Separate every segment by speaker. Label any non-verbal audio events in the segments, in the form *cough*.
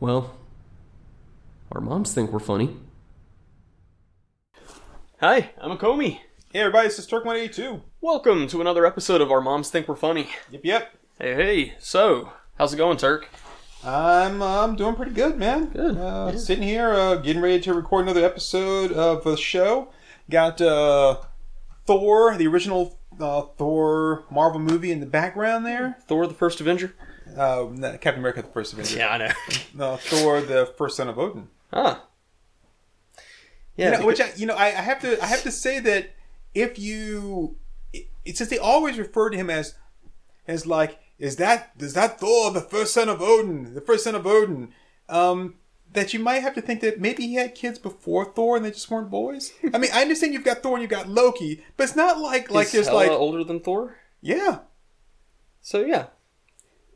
Speaker 1: Well, our moms think we're funny. Hi, I'm Akomi.
Speaker 2: Hey everybody, this is Turk182.
Speaker 1: Welcome to another episode of Our Moms Think We're Funny.
Speaker 2: Yep, yep.
Speaker 1: Hey, hey. So, how's it going, Turk?
Speaker 2: I'm uh, I'm doing pretty good, man.
Speaker 1: Good.
Speaker 2: Uh, Sitting here, uh, getting ready to record another episode of the show. Got uh, Thor, the original uh, Thor Marvel movie in the background there.
Speaker 1: Thor the First Avenger?
Speaker 2: Uh,
Speaker 1: Mm-hmm.
Speaker 2: no, Captain America: The First Avenger.
Speaker 1: I know.
Speaker 2: No, Thor, the first son of Odin.
Speaker 1: ah. Yeah.
Speaker 2: You know, which I, you know, I, I have to I have to say that if you, it, it- since they always refer to him as, as like, is that is that Thor, the first son of Odin, the first son of Odin, um, that you might have to think that maybe he had kids before Thor and they just weren't boys. I mean, I understand you've got Thor and you've got Loki, but it's not like like
Speaker 1: Is
Speaker 2: there's
Speaker 1: Hela
Speaker 2: like
Speaker 1: older than Thor?
Speaker 2: yeah.
Speaker 1: So, yeah.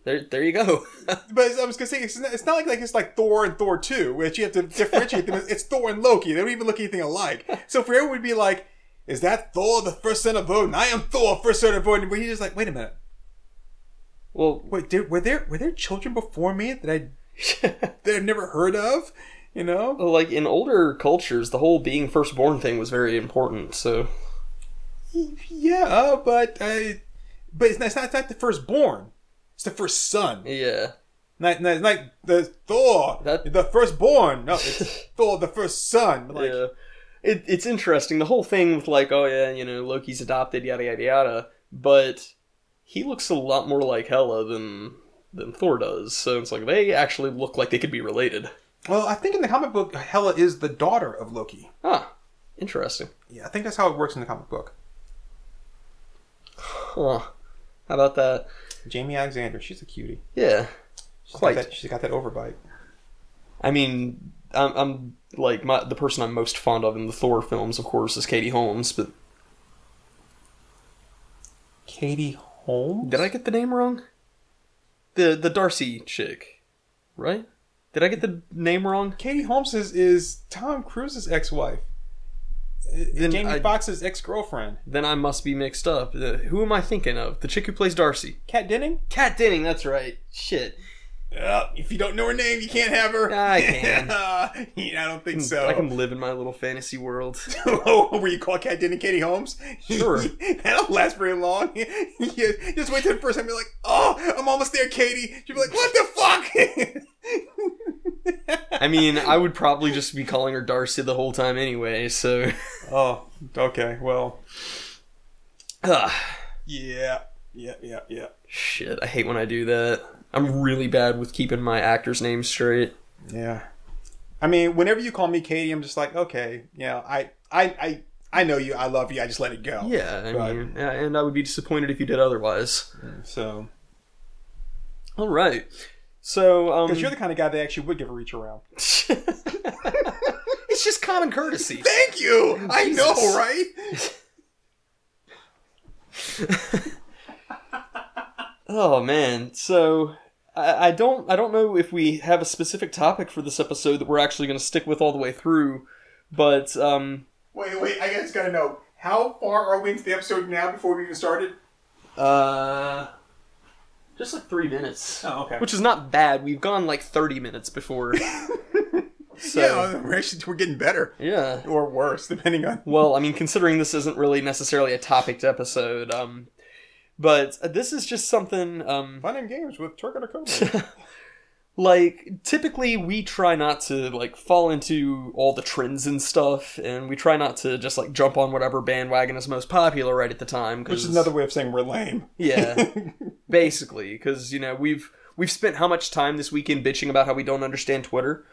Speaker 1: There, there you go.
Speaker 2: But it's- I was gonna say it's not, it's not like, like it's like Thor and Thor two, which you have to differentiate them. It's Thor and Loki. They don't even look anything alike. So for everyone would be like, "Is that Thor, the first son of Odin? I am Thor, first son of Odin." But he's just like, "Wait a minute.
Speaker 1: well,
Speaker 2: Wait, did, were there were there children before me that I that I've never heard of? You know?
Speaker 1: like in older cultures, the whole being firstborn thing was very important. So,
Speaker 2: Yeah, but I, but it's not, it's not, it's not the firstborn. It's the first son.
Speaker 1: yeah.
Speaker 2: Not, not, not the Thor,
Speaker 1: That-
Speaker 2: the firstborn.
Speaker 1: *laughs*
Speaker 2: No, it's Thor, the first son. Like,
Speaker 1: yeah. It, it's interesting. The whole thing with, like, oh, yeah, you know, Loki's adopted, yada, yada, yada. But he looks a lot more like Hela than, than Thor does. So it's like they actually look like they could be related.
Speaker 2: Well, I think in the comic book, Hela is the daughter of Loki.
Speaker 1: Ah, interesting.
Speaker 2: Yeah, I think that's how it works in the comic book.
Speaker 1: Huh. How about that?
Speaker 2: Jamie Alexander, she's a cutie.
Speaker 1: Yeah.
Speaker 2: She's
Speaker 1: Quite.
Speaker 2: Got that, she's got that overbite.
Speaker 1: I mean, I'm, I'm like my the person I'm most fond of in the Thor films, of course, is Katie Holmes. But
Speaker 2: Katie Holmes?
Speaker 1: did I get the name wrong? The the Darcy chick, right? Did I get the name wrong?
Speaker 2: Katie Holmes is, is Tom Cruise's ex wife.
Speaker 1: Then
Speaker 2: Jamie
Speaker 1: I-
Speaker 2: Foxx's ex girlfriend.
Speaker 1: Then I must be mixed up. Uh, who am I thinking of? The chick who plays Darcy.
Speaker 2: Kat Denning?
Speaker 1: Kat Denning. That's right. Shit.
Speaker 2: Uh, if you don't know her name, you can't have her.
Speaker 1: I can.
Speaker 2: *laughs*
Speaker 1: Hmm,
Speaker 2: yeah, I don't think
Speaker 1: I can live in my little fantasy world.
Speaker 2: *laughs* oh, were you call Kat Denning Katie Holmes? *laughs*
Speaker 1: Sure.
Speaker 2: That'll last very long. *laughs* Yeah, Just wait till the first time you're like, oh, I'm almost there, Katie. She'll be like, what the fuck? *laughs*
Speaker 1: I mean, I would probably just be calling her Darcy the whole time anyway. So, *sighs*
Speaker 2: oh, okay. Well,
Speaker 1: Ah.
Speaker 2: yeah. Yeah, yeah, yeah.
Speaker 1: Shit, I hate when I do that. I'm really bad with keeping my actors' names straight.
Speaker 2: Yeah. I mean, whenever you call me Katie, I'm just like, okay, you know, I, I, I, I know you. I love you. I just let it go.
Speaker 1: Yeah, I
Speaker 2: Right.
Speaker 1: mean, yeah, and I would be disappointed if you did otherwise.
Speaker 2: So,
Speaker 1: All right. So, um, *laughs*
Speaker 2: because you're the kind of guy that actually would give a reach around.
Speaker 1: it's just common *laughs* courtesy.
Speaker 2: Thank you. I know,
Speaker 1: Jesus.
Speaker 2: right?
Speaker 1: Oh man. So, I, I don't, I don't know if we have a specific topic for this episode that we're actually going to stick with all the way through, but um,
Speaker 2: Wait, wait. I just gotta know how far are we into the episode now before we even started?
Speaker 1: uh, just like three minutes,
Speaker 2: Oh, okay.
Speaker 1: which is not bad. We've gone like thirty minutes
Speaker 2: *laughs*
Speaker 1: before. so,
Speaker 2: yeah, we're actually we're getting better
Speaker 1: yeah.
Speaker 2: or worse, depending on.
Speaker 1: Well, I mean, considering this isn't really necessarily a topicked episode, um, but this is just something um,
Speaker 2: Fun and games with Turk and Akuma.
Speaker 1: like typically we try not to like fall into all the trends and stuff, and we try not to just like jump on whatever bandwagon is most popular right at the time.
Speaker 2: *laughs* which is another way of saying we're lame. *laughs*
Speaker 1: yeah, basically, because you know we've we've spent how much time this weekend bitching about how we don't understand Twitter.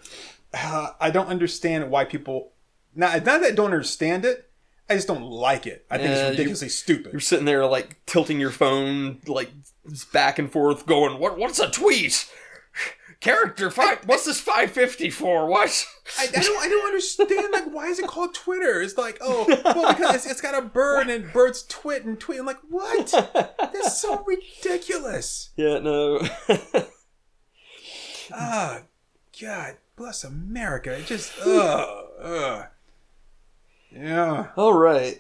Speaker 2: Uh, I don't understand why people. Not not that I don't understand it. I just don't like it. I think
Speaker 1: Yeah,
Speaker 2: it's
Speaker 1: you-
Speaker 2: ridiculously stupid.
Speaker 1: You're sitting there like tilting your phone like back and forth, going, "What? What's a tweet? Character five? What's this five fifty for? What?"
Speaker 2: I, I don't. I don't understand. Like, why is it called Twitter? It's like, oh, well, because it's, it's got a bird and birds twit and tweet. I'm like, what?
Speaker 1: *laughs*
Speaker 2: That's so ridiculous.
Speaker 1: Yeah, no.
Speaker 2: Ah, God bless America. It just, ugh, ugh. Yeah.
Speaker 1: *laughs* All
Speaker 2: *laughs*
Speaker 1: right.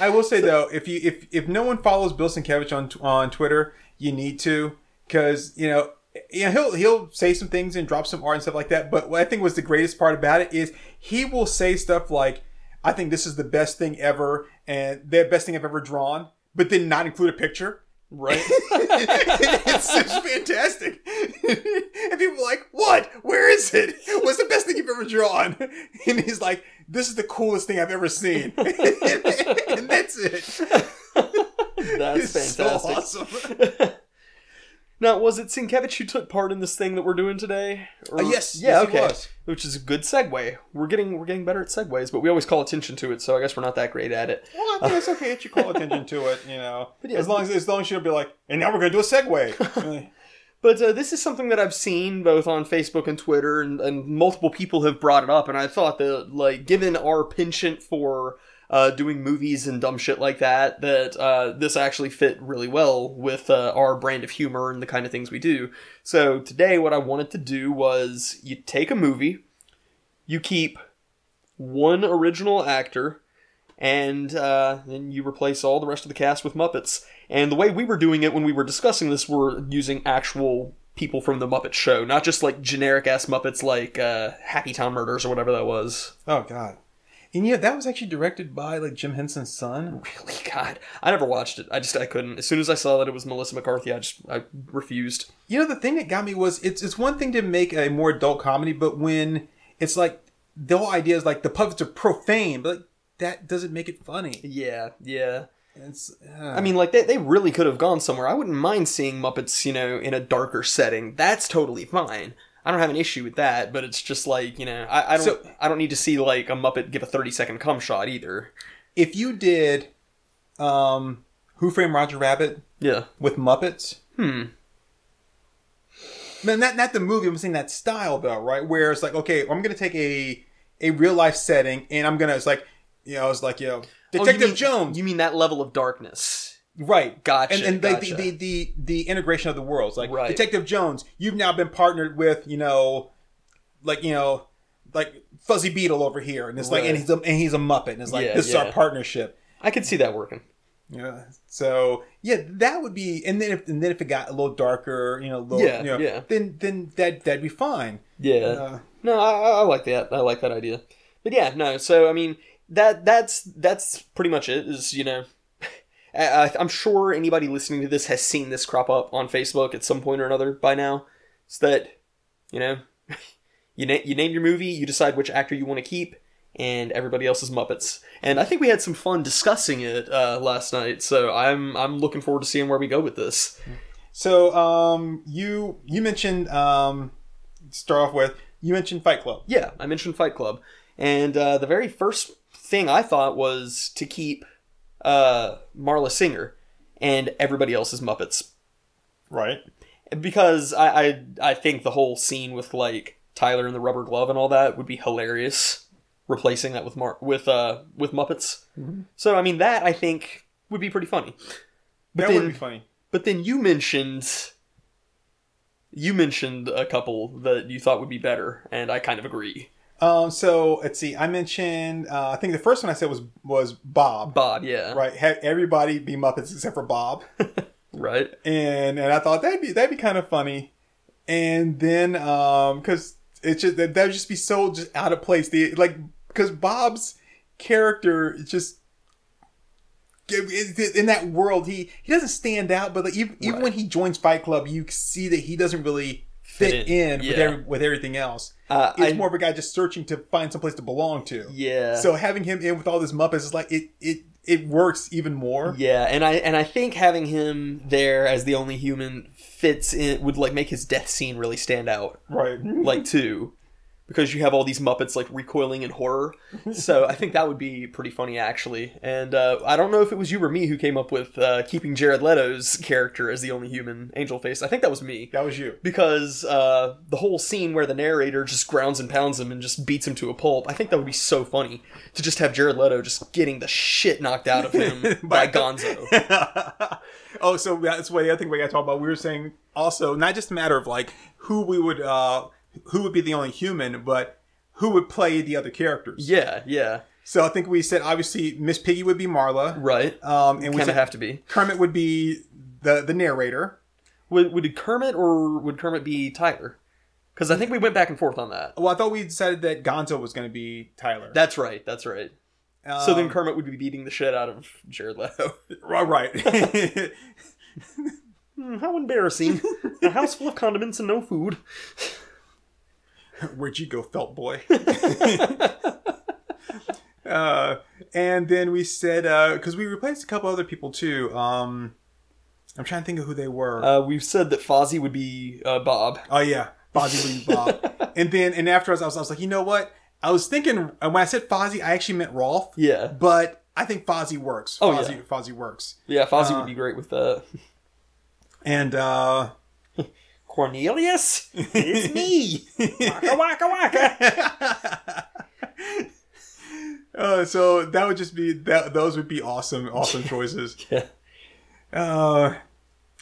Speaker 2: I will say though, if you if if no one follows Bill Sienkiewicz on on Twitter, you need to because you know yeah, he'll he'll say some things and drop some art and stuff like that. But what I think was the greatest part about it is he will say stuff like, "I think this is the best thing ever," and the best thing I've ever drawn, but then not include a picture.
Speaker 1: Right?
Speaker 2: *laughs* it's just fantastic. and people are like, "What? Where is it? What's the best thing you've ever drawn?" And he's like, "This is the coolest thing I've ever seen," *laughs* and that's it.
Speaker 1: That's
Speaker 2: It's
Speaker 1: fantastic.
Speaker 2: So awesome.
Speaker 1: Now, was it Sienkiewicz who took part in this thing that we're doing today? Or-
Speaker 2: Uh, yes,
Speaker 1: yeah,
Speaker 2: yes, it
Speaker 1: okay.
Speaker 2: was.
Speaker 1: Which is a good segue. We're getting we're getting better at segues, but we always call attention to it, so I guess we're not that great at it.
Speaker 2: Well, I think it's okay that you call attention to it, you know.
Speaker 1: yeah.
Speaker 2: as long as as long as you don't be like, and now we're gonna do
Speaker 1: *laughs*
Speaker 2: a segue.
Speaker 1: But uh, this is something that I've seen both on Facebook and Twitter, and, and multiple people have brought it up. And I thought that, like, given our penchant for uh, doing movies and dumb shit like that, that uh, this actually fit really well with uh, our brand of humor and the kind of things we do. So today, what I wanted to do was you take a movie, you keep one original actor, and uh, then you replace all the rest of the cast with Muppets. And the way we were doing it when we were discussing this, were using actual people from the Muppet Show, not just like generic ass Muppets like uh, Happy Town Murders or whatever that was. *laughs*
Speaker 2: oh God. And yeah, that was actually directed by like Jim Henson's son.
Speaker 1: Really, God, I never watched it. I just I couldn't. As soon as I saw that it was Melissa McCarthy, I just I refused.
Speaker 2: You know, the thing that got me was it's it's one thing to make a more adult comedy, but when it's like the whole idea is like the puppets are profane, but like, that doesn't make it funny.
Speaker 1: Yeah, yeah.
Speaker 2: It's uh,
Speaker 1: I mean, like they, they really could have gone somewhere. I wouldn't mind seeing Muppets, you know, in a darker setting. That's totally fine. I don't have an issue with that, but it's just like you know, I, I don't
Speaker 2: So-
Speaker 1: I don't need to see like a Muppet give a thirty second cum shot either.
Speaker 2: if you did um Who Framed Roger Rabbit
Speaker 1: Yeah.
Speaker 2: with Muppets,
Speaker 1: Hmm.
Speaker 2: Man, not not the movie. I'm saying that style though, right? Where it's like, okay, I'm gonna take a a real life setting, and I'm gonna it's like, you know, it's like, you know,
Speaker 1: Oh, you
Speaker 2: Detective
Speaker 1: mean-
Speaker 2: Jones,
Speaker 1: You mean that level of darkness?
Speaker 2: right?
Speaker 1: Gotcha,
Speaker 2: And and like,
Speaker 1: gotcha.
Speaker 2: the, the the the integration of the worlds, like
Speaker 1: Right.
Speaker 2: Detective Jones, you've now been partnered with, you know, like you know, like Fuzzy Beetle over here, and it's like, and
Speaker 1: Right.
Speaker 2: he's a, and he's a Muppet, and it's like
Speaker 1: Yeah,
Speaker 2: this is
Speaker 1: yeah.
Speaker 2: our partnership.
Speaker 1: I could see that working.
Speaker 2: Yeah. So yeah, that would be, and then if and then if it got a little darker, you know, a little,
Speaker 1: Yeah,
Speaker 2: you know,
Speaker 1: yeah.
Speaker 2: then then that that'd be fine.
Speaker 1: Yeah.
Speaker 2: Uh,
Speaker 1: no, I, I- I like that. I like that idea. But yeah, no. So I mean, that that's that's pretty much it. Is you know, *laughs* I, I, I'm sure anybody listening to this has seen this crop up on Facebook at some point or another by now. It's that you know, *laughs* you na- you name your movie, you decide which actor you want to keep, and everybody else is Muppets. And I think we had some fun discussing it uh, last night. So I'm I'm looking forward to seeing where we go with this.
Speaker 2: So um, you you mentioned um, start off with you mentioned Fight Club.
Speaker 1: Yeah, I mentioned Fight Club, and uh, the very first thing I thought was to keep uh, Marla Singer and everybody else's Muppets
Speaker 2: Right.
Speaker 1: because I, I I think the whole scene with like Tyler and the rubber glove and all that would be hilarious. Replacing that with Mar- with uh with Muppets,
Speaker 2: Mm-hmm.
Speaker 1: so I mean that I think would be pretty funny. But
Speaker 2: that
Speaker 1: then,
Speaker 2: would be funny.
Speaker 1: but then you mentioned you mentioned a couple that you thought would be better, and I kind of agree.
Speaker 2: Um, so let's see. I mentioned uh, I think the first one I said was was Bob.
Speaker 1: Bob, yeah,
Speaker 2: Right. Have everybody be Muppets except for Bob.
Speaker 1: right.
Speaker 2: and and I thought that'd be that'd be kind of funny. And then um, because it's just that that would just be so just out of place. The like because Bob's character is just in that world he he doesn't stand out but like even, even
Speaker 1: Right.
Speaker 2: when he joins fight club you see that he doesn't really fit,
Speaker 1: Fit in,
Speaker 2: in, with,
Speaker 1: yeah.
Speaker 2: every, with everything else
Speaker 1: Uh,
Speaker 2: it's
Speaker 1: I-
Speaker 2: more of a guy just searching to find someplace to belong to
Speaker 1: Yeah.
Speaker 2: so having him in with all this muppets is like it it it works even more
Speaker 1: yeah, and I and I think having him there as the only human fits in would like make his death scene really stand out,
Speaker 2: right
Speaker 1: like too, because you have all these Muppets like recoiling in horror. So I think that would be pretty funny actually. And uh, I don't know if it was you or me who came up with uh, keeping Jared Leto's character as the only human angel face. I think that was me.
Speaker 2: that was you
Speaker 1: Because uh, the whole scene where the narrator just grounds and pounds him and just beats him to a pulp, I think that would be so funny to just have Jared Leto just getting the shit knocked out of *laughs* him by
Speaker 2: By-
Speaker 1: Gonzo.
Speaker 2: *laughs* oh, so that's what the other thing we got to talk about. We were saying also not just a matter of like who we would uh who would be the only human, but who would play the other characters.
Speaker 1: Yeah, yeah,
Speaker 2: So I think we said obviously Miss Piggy would be Marla,
Speaker 1: right.
Speaker 2: um, and
Speaker 1: kind
Speaker 2: we said
Speaker 1: of have to be.
Speaker 2: Kermit would be the the narrator,
Speaker 1: Would, would Kermit or would Kermit be Tyler? Because I think we went back and forth on that.
Speaker 2: Well, I thought we decided that Gonzo was going to be Tyler.
Speaker 1: That's right. That's right.
Speaker 2: Um,
Speaker 1: so then Kermit would be beating the shit out of Jared Leto.
Speaker 2: *laughs* right, right.
Speaker 1: *laughs*
Speaker 2: *laughs*
Speaker 1: Hmm, How embarrassing! A house full of condiments and no food.
Speaker 2: Where'd you go,
Speaker 1: *laughs*
Speaker 2: felt boy? *laughs* uh, and then we said because we replaced a couple other people too. Um, I'm trying to think of who they were.
Speaker 1: Uh, we've said that Fozzie would be uh, Bob.
Speaker 2: oh yeah, Fozzie
Speaker 1: *laughs*
Speaker 2: Wee Bob. and then and afterwards, I was, I was like, you know what? I was thinking and when I said Fozzie, I actually meant Rolf,
Speaker 1: Yeah,
Speaker 2: but I think Fozzie works.
Speaker 1: Oh,
Speaker 2: Fozzie,
Speaker 1: yeah.
Speaker 2: Fozzie works.
Speaker 1: yeah. Fozzie
Speaker 2: Uh,
Speaker 1: would be great with that.
Speaker 2: And uh,
Speaker 1: Cornelius, it's *laughs* me. waka waka waka.
Speaker 2: *laughs* uh, so that would just be that. Those would be awesome, awesome choices.
Speaker 1: Yeah.
Speaker 2: Uh,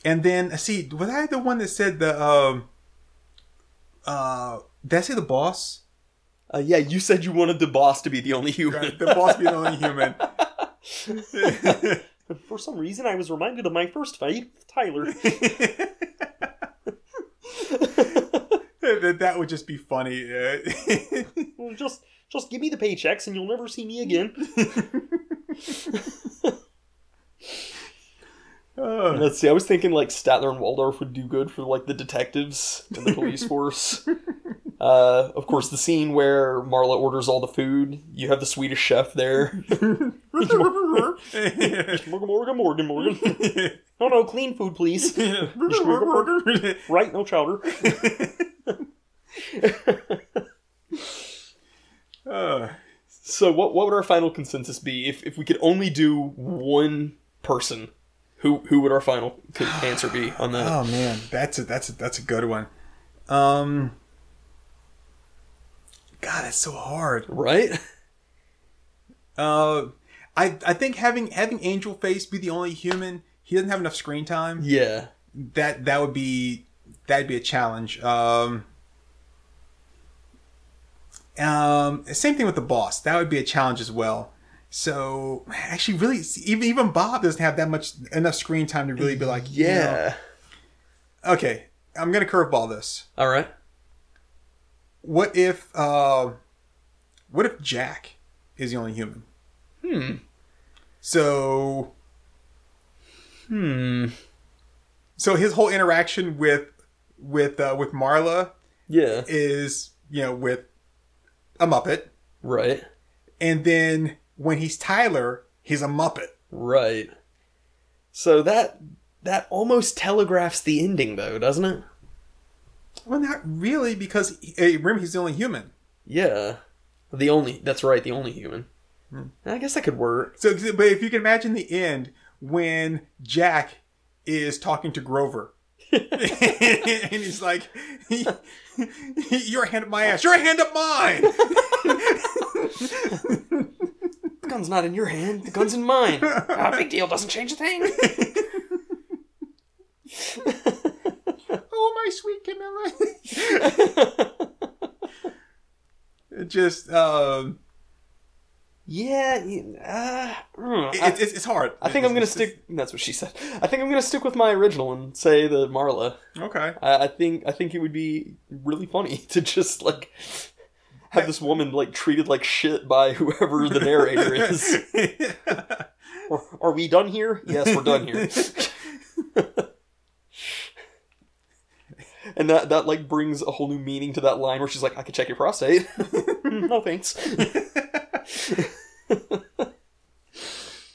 Speaker 2: and then uh, see, was I the one that said the um, uh, did I say the boss?
Speaker 1: Uh, yeah, you said you wanted the boss to be the only human.
Speaker 2: the boss being the only human. *laughs*
Speaker 1: For some reason, I was reminded of my first fight with Tyler. *laughs*
Speaker 2: that, that would just be funny. *laughs* Uh,
Speaker 1: Well, just, just give me the paychecks, and you'll never see me again. *laughs*
Speaker 2: uh,
Speaker 1: *laughs*
Speaker 2: *laughs*
Speaker 1: Let's see. I was thinking like Statler and Waldorf would do good for like the detectives and the police *laughs* force. Uh, of course, the scene where Marla orders all the food. You have the Swedish chef there. Morgan, Morgan, Morgan, Morgan. No, no, clean food, please. *laughs* Right, no chowder.
Speaker 2: Uh,
Speaker 1: So, what what would our final consensus be if, if we could only do one person? Who who would our final co- *sighs* answer be on that?
Speaker 2: Oh man, that's a that's a, that's a good one. Um, God, it's so hard.
Speaker 1: Right?
Speaker 2: Uh, I I think having having Angel Face be the only human, he doesn't have enough screen time.
Speaker 1: Yeah.
Speaker 2: That that would be that'd be a challenge. Um, um, same thing with the boss. That would be a challenge as well. So actually, really, even even Bob doesn't have that much enough screen time to really be like, you know,
Speaker 1: Yeah.
Speaker 2: okay, I'm gonna curveball this.
Speaker 1: All right.
Speaker 2: What if uh, what if Jack is the only human?
Speaker 1: Hmm.
Speaker 2: So
Speaker 1: Hmm.
Speaker 2: so his whole interaction with with uh, with Marla
Speaker 1: Yeah.
Speaker 2: is you know with a Muppet,
Speaker 1: Right.
Speaker 2: and then when he's Tyler, he's a Muppet.
Speaker 1: Right. So that that almost telegraphs the ending, though, doesn't it?
Speaker 2: Well, not really, because hey, remember he's the only human.
Speaker 1: Yeah. The only. That's right. The only human. I guess that could work.
Speaker 2: So, but if you can imagine the end when Jack is talking to Grover.
Speaker 1: *laughs*
Speaker 2: and he's like, *laughs* "Your hand up my ass. Your hand
Speaker 1: *laughs*
Speaker 2: up mine."
Speaker 1: The gun's not in your hand. The gun's in *laughs* mine. Ah, big deal. Doesn't change a thing. *laughs*
Speaker 2: oh my sweet Camilla. *laughs* It just um,
Speaker 1: *laughs* yeah. y- Uh, mm, I,
Speaker 2: it, it's, it's hard.
Speaker 1: I think I'm gonna stick. That's what she said. I think I'm gonna stick with my original and say the Marla.
Speaker 2: Okay.
Speaker 1: I, I think I think it would be really funny *laughs* to just like have this woman like treated like shit by whoever the narrator
Speaker 2: *laughs*
Speaker 1: is. Are, are we done here? Yes, we're done
Speaker 2: *laughs*
Speaker 1: here. and that that like brings a whole new meaning to that line where she's like, "I could check your prostate." *laughs* no thanks.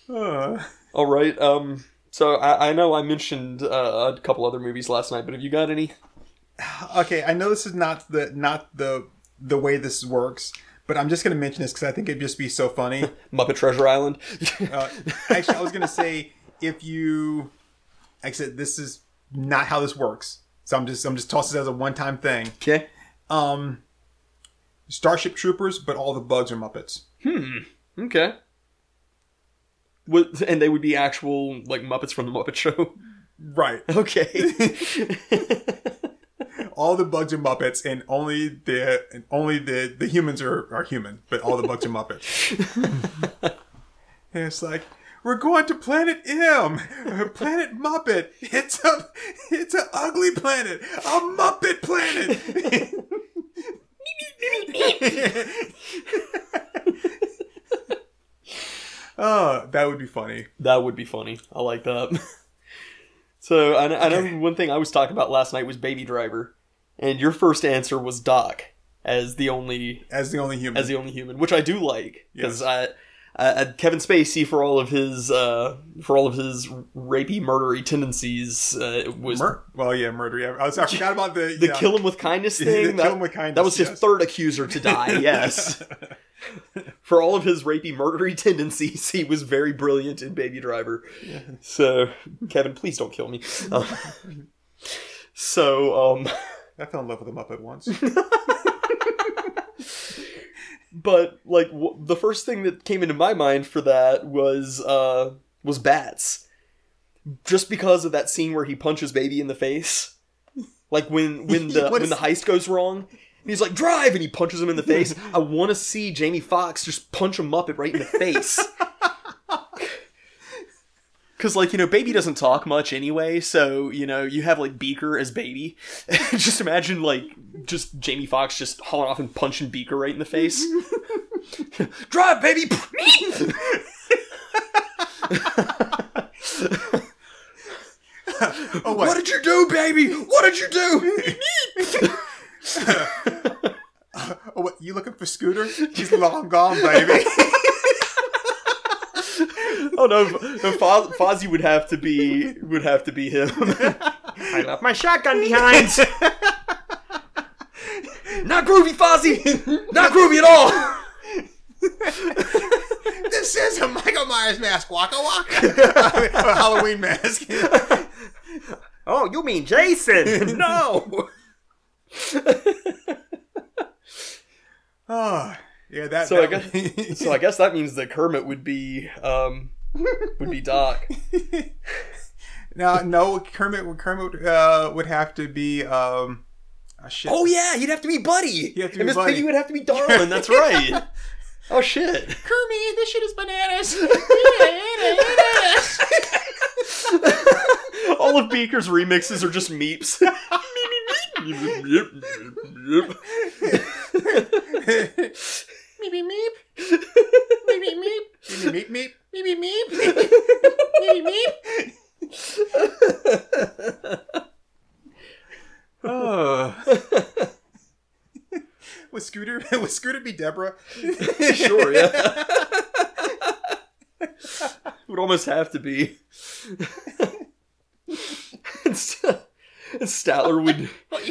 Speaker 2: Uh,
Speaker 1: All right. Um. So I, I know I mentioned uh, a couple other movies last night, but have you got any?
Speaker 2: okay, I know this is not the not the the way this works, but I'm just gonna mention this because I think it'd just be so funny.
Speaker 1: Muppet Treasure Island. *laughs*
Speaker 2: Uh, actually, I was gonna say if you, like I said, this is not how this works. So I'm just I'm just tossing this as a one time thing.
Speaker 1: okay.
Speaker 2: Um, Starship Troopers, but all the bugs are Muppets.
Speaker 1: Okay. Would, and they would be actual like Muppets from the Muppet Show. *laughs*
Speaker 2: Right.
Speaker 1: Okay.
Speaker 2: all the bugs are Muppets, and only the and only the the humans are are human, but all the bugs are Muppets. and it's like, We're going to Planet M, Planet Muppet. It's a, it's an ugly planet, a Muppet planet. *laughs* oh, that would be funny.
Speaker 1: *laughs* That would be funny. I like that. *laughs* so I, I know one thing I was talking about last night was Baby Driver, and your first answer was Doc as the only
Speaker 2: As the only human.
Speaker 1: as the only human, which I do like because I, I, Kevin Spacey for all of his uh, for all of his rapey, murdery tendencies uh, was
Speaker 2: Mur- well, yeah, murder. Yeah, I, was, I forgot about the
Speaker 1: the
Speaker 2: yeah.
Speaker 1: kill him with kindness
Speaker 2: *laughs* The
Speaker 1: thing. that,
Speaker 2: kill him with kindness,
Speaker 1: that was his
Speaker 2: yes.
Speaker 1: third accuser to die.
Speaker 2: *laughs*
Speaker 1: Yes, for all of his rapey, murdery *laughs* tendencies, he was very brilliant in Baby Driver. So, Kevin, please don't kill
Speaker 2: *laughs*
Speaker 1: me. Um, *laughs* so, um,
Speaker 2: I fell in love with a Muppet once.
Speaker 1: *laughs* but like w- the first thing that came into my mind for that was uh was bats just because of that scene where he punches baby in the face like when *laughs* when the
Speaker 2: What
Speaker 1: when
Speaker 2: is-
Speaker 1: the heist goes wrong and he's like drive and he punches *laughs* him in the face i want to see jamie Foxx just punch a muppet right in the face *laughs* Cause like you know, baby doesn't talk much anyway, so you know you have like Beaker as baby. *laughs* just imagine like just Jamie Foxx just hauling off and punching Beaker right in the face. Drive, baby.
Speaker 2: oh,
Speaker 1: *laughs* what
Speaker 2: what?
Speaker 1: did you do, baby? What did you do?
Speaker 2: oh, what? You looking for Scooter? He's long gone,
Speaker 1: *laughs*
Speaker 2: baby.
Speaker 1: *laughs* oh no, no Foz, Fozzie would have to be would have to be him. I left my shotgun *laughs* behind. Not groovy, Fozzie. Not groovy at all.
Speaker 2: this is a Michael Myers mask, Waka
Speaker 1: *laughs*
Speaker 2: Waka. I mean, a Halloween mask. *laughs*
Speaker 1: Oh, you mean Jason? *laughs* no.
Speaker 2: oh, yeah, that.
Speaker 1: So I
Speaker 2: that
Speaker 1: *laughs*
Speaker 2: would-
Speaker 1: So I guess that means that Kermit would be um would be Doc.
Speaker 2: *laughs* now, no, Kermit. Kermit uh, would have to be. Um, oh, shit.
Speaker 1: Oh yeah, he'd have to be Buddy.
Speaker 2: have to be
Speaker 1: and Miss
Speaker 2: Buddy.
Speaker 1: Piggy would have to be Darling. That's *laughs* right. oh shit.
Speaker 2: Kermit, this shit is bananas. *laughs*
Speaker 1: *laughs* All of Beaker's remixes are just meeps. *laughs*
Speaker 2: *laughs* Meep meep. Meep
Speaker 1: *laughs*
Speaker 2: meep meep. Meep meep meep. Meep meep meep. Meep meep. Oh. *laughs* Would Scooter *laughs* would Scooter be Deborah?
Speaker 1: sure, *laughs* yeah. Would almost have to be. *laughs* and St- and Statler would.
Speaker 2: um,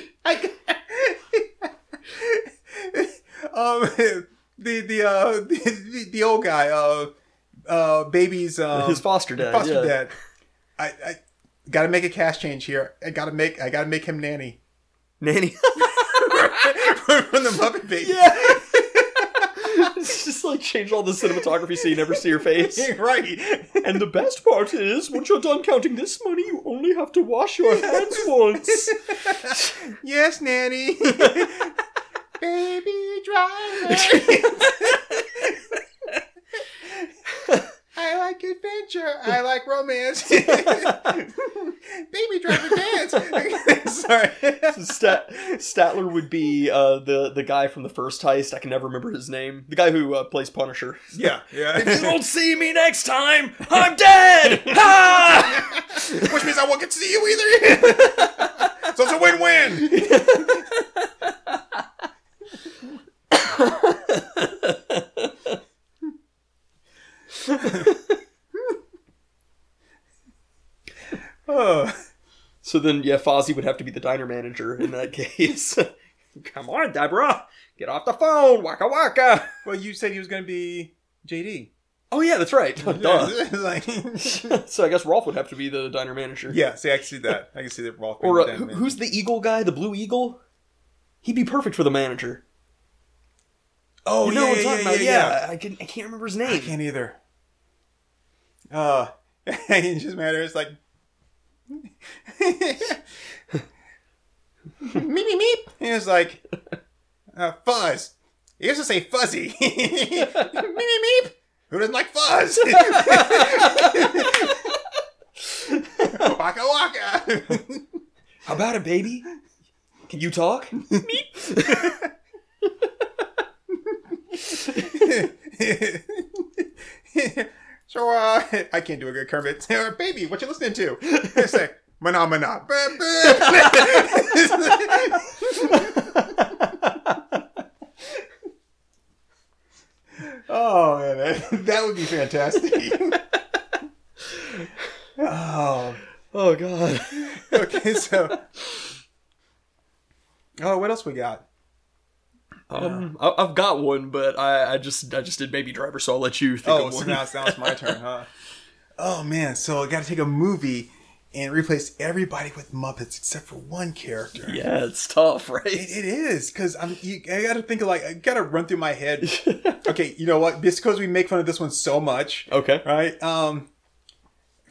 Speaker 2: *laughs* the the uh *laughs* the, the, the old guy uh uh baby's um,
Speaker 1: his foster dad.
Speaker 2: foster
Speaker 1: yeah.
Speaker 2: dad. I, I gotta make a cast change here. I gotta make I gotta make him nanny *laughs*
Speaker 1: Nanny. *laughs*
Speaker 2: from the Muppet Baby.
Speaker 1: yeah. it's *laughs* just like change all the cinematography so you never see her face.
Speaker 2: *laughs* right.
Speaker 1: And the best part is, once you're done counting this money, you only have to wash your hands *laughs* once.
Speaker 2: Yes, nanny. Baby
Speaker 1: *laughs*
Speaker 2: driver. I like adventure. I like romance. *laughs* Baby driver dance. *laughs* Sorry.
Speaker 1: Stat- Statler would be uh, the the guy from the first heist. I can never remember his name. The guy who uh, plays Punisher.
Speaker 2: Yeah,
Speaker 1: If you
Speaker 2: yeah.
Speaker 1: don't see me next time, *laughs* I'm dead. Ha!
Speaker 2: Which means I won't get to see you either. *laughs* so it's a win-win. Oh.
Speaker 1: So then, yeah, Fozzie would have to be the diner manager in that case. *laughs* Come on, Deborah, get off the phone. Waka waka.
Speaker 2: Well, you said he was going to be JD.
Speaker 1: Oh yeah, that's right. Duh.
Speaker 2: *laughs* like,
Speaker 1: *laughs* so I guess Rolf would have to be the diner manager.
Speaker 2: yeah, see, I can see that. I can see that. Rolf
Speaker 1: Or
Speaker 2: being
Speaker 1: uh,
Speaker 2: down
Speaker 1: who,
Speaker 2: there.
Speaker 1: who's the eagle guy? The blue eagle. He'd be perfect for the manager.
Speaker 2: Oh,
Speaker 1: you know
Speaker 2: no, yeah,
Speaker 1: what
Speaker 2: yeah,
Speaker 1: I'm talking
Speaker 2: yeah,
Speaker 1: about?
Speaker 2: yeah.
Speaker 1: I, can, I can't remember his
Speaker 2: I
Speaker 1: name.
Speaker 2: can't either. Uh, *laughs* it just matters. Like, *laughs* meep meep meep. And it's like, *laughs* uh, fuzz. It used to say fuzzy. meep meep meep. Who doesn't like fuzz? *laughs* waka waka. *laughs*
Speaker 1: How about it, baby? Can you talk?
Speaker 2: *laughs* so uh, I can't do a good Kermit. *laughs* Uh, Baby, what you listening to? It's like mana mana. *laughs* oh man, that, that would be fantastic. *laughs* *laughs* oh,
Speaker 1: oh god.
Speaker 2: okay, so oh, what else we got?
Speaker 1: *laughs* Um, I, I've got one, but I, I just I just did Baby Driver, so I'll let you think
Speaker 2: Oh,
Speaker 1: of
Speaker 2: so
Speaker 1: one.
Speaker 2: now it's, now it's my *laughs* turn, huh? Oh man, so I got to take a movie and replace everybody with Muppets except for one character.
Speaker 1: *laughs* yeah, it's tough,
Speaker 2: It, *laughs*
Speaker 1: right?
Speaker 2: it is because I'm. You, I got to think of like I got to run through my *laughs* head. okay, you know what? Just because we make fun of this one so much,
Speaker 1: okay.
Speaker 2: right? Um,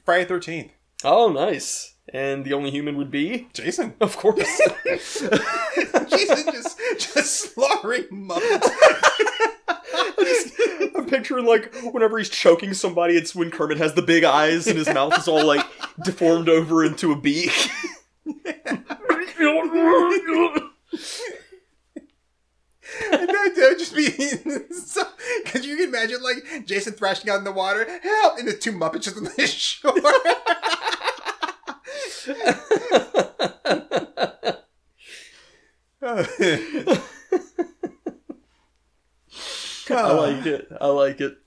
Speaker 2: Friday Thirteenth,
Speaker 1: Oh, nice. And the only human would be,
Speaker 2: *laughs* Jason.
Speaker 1: of course.
Speaker 2: Jason just just slaughtering Muppets.
Speaker 1: I'm picturing like whenever he's choking somebody, it's when Kermit has the big eyes and his mouth is all like deformed over into a beak.
Speaker 2: *laughs* And that, that would just be *laughs* so, Could you imagine like Jason thrashing out in the water? Help! And the two Muppets just on the *laughs* shore.
Speaker 1: I like it. I like it.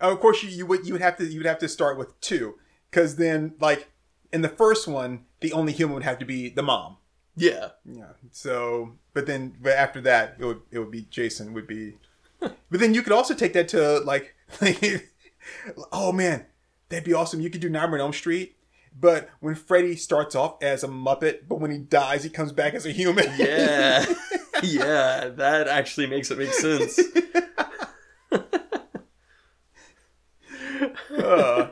Speaker 2: Oh, *laughs* of course, you, you would you would have to you would have to start with two, because then like in the first one, the only human would have to be the mom.
Speaker 1: Yeah.
Speaker 2: Yeah. So, but then but after that, it would it would be Jason would be. But then you could also take that to like, *laughs* oh man, that'd be awesome. You could do Nightmare on Elm Street, but when Freddy starts off as a Muppet, but when he dies, he comes back as a human.
Speaker 1: Yeah. yeah, that actually makes it make sense.
Speaker 2: *laughs* Uh,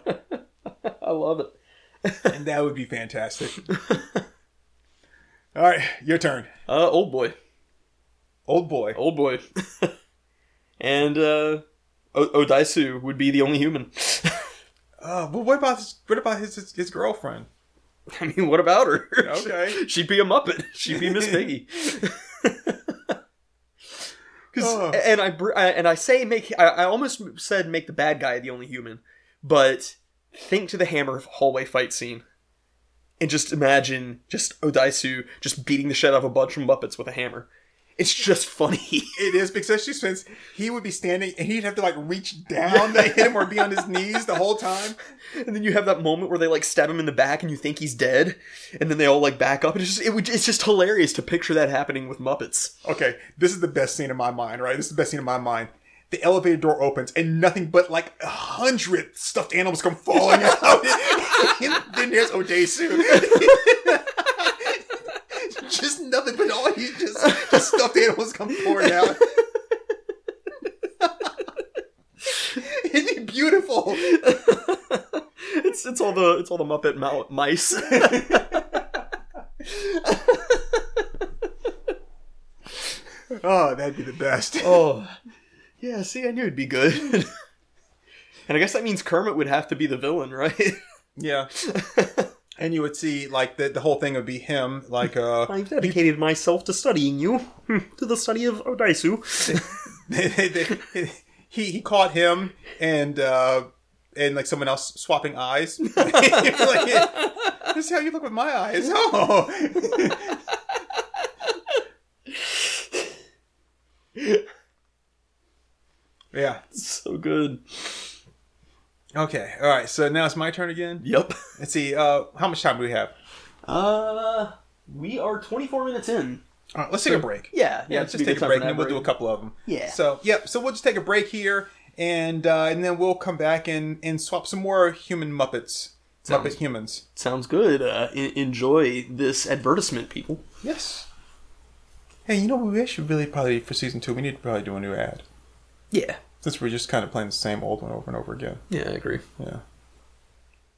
Speaker 1: I love it.
Speaker 2: and that would be fantastic. All right, your turn,
Speaker 1: Uh, old boy.
Speaker 2: old boy.
Speaker 1: Old boy. *laughs* and uh o- Odaisu would be the only human. *laughs*
Speaker 2: Uh, well, what about his, what about his his, his girlfriend?
Speaker 1: *laughs* I mean, what about her?
Speaker 2: Okay.
Speaker 1: *laughs* She'd be a Muppet. She'd be Miss Piggy. *laughs* 'Cause-
Speaker 2: Oh.
Speaker 1: and I, br- I and I say make I, I almost said make the bad guy the only human, but think to the hammer hallway fight scene, and just imagine just Odaisu just beating the shit out of a bunch of Muppets with a hammer. It's just funny. *laughs*
Speaker 2: It is because especially since he would be standing and he'd have to like reach down to hit him or be on his knees the whole time.
Speaker 1: And then you have that moment where they like stab him in the back and you think he's dead, and then they all like back up. And it's just it would, it's just hilarious to picture that happening with Muppets.
Speaker 2: Okay, this is the best scene in my mind, right? This is the best scene in my mind. The elevator door opens and nothing but like a hundred stuffed animals come falling out. and then there's Odesu. *laughs* just nothing but all he just, just stuffed animals come pouring out. *laughs* It'd be beautiful.
Speaker 1: It's it's all the it's all the Muppet mou- mice. *laughs*
Speaker 2: Oh, that'd be the best.
Speaker 1: oh, yeah. See, I knew it'd be good. *laughs* and I guess that means Kermit would have to be the villain, right? *laughs*
Speaker 2: Yeah. *laughs* and you would see like the, the whole thing would be him like uh *laughs*
Speaker 1: I've dedicated myself to studying you, Hmm, to the study of Odaisu.
Speaker 2: he he caught him and uh and like someone else swapping eyes. *laughs* Like, this is how you look with my eyes. *laughs* Oh. *laughs* yeah.
Speaker 1: so good.
Speaker 2: Okay. All right. So now it's my turn again.
Speaker 1: Yep.
Speaker 2: Let's see. Uh, how much time do we have?
Speaker 1: Uh, *laughs* we are 24 minutes in.
Speaker 2: All right. Let's take a break.
Speaker 1: Yeah,
Speaker 2: Yeah, let's just take a break, and then we'll do a couple of them.
Speaker 1: Yeah.
Speaker 2: So, yep. So we'll just take a break here, and uh, and then we'll come back and and swap some more human Muppets, Muppet humans.
Speaker 1: Sounds good. Uh, e- enjoy this advertisement, people.
Speaker 2: Yes. Hey, you know what? We should really probably for season two. We need to probably do a new ad
Speaker 1: Yeah.
Speaker 2: since we're just kind of playing the same old one over and over again.
Speaker 1: Yeah, I agree.
Speaker 2: Yeah.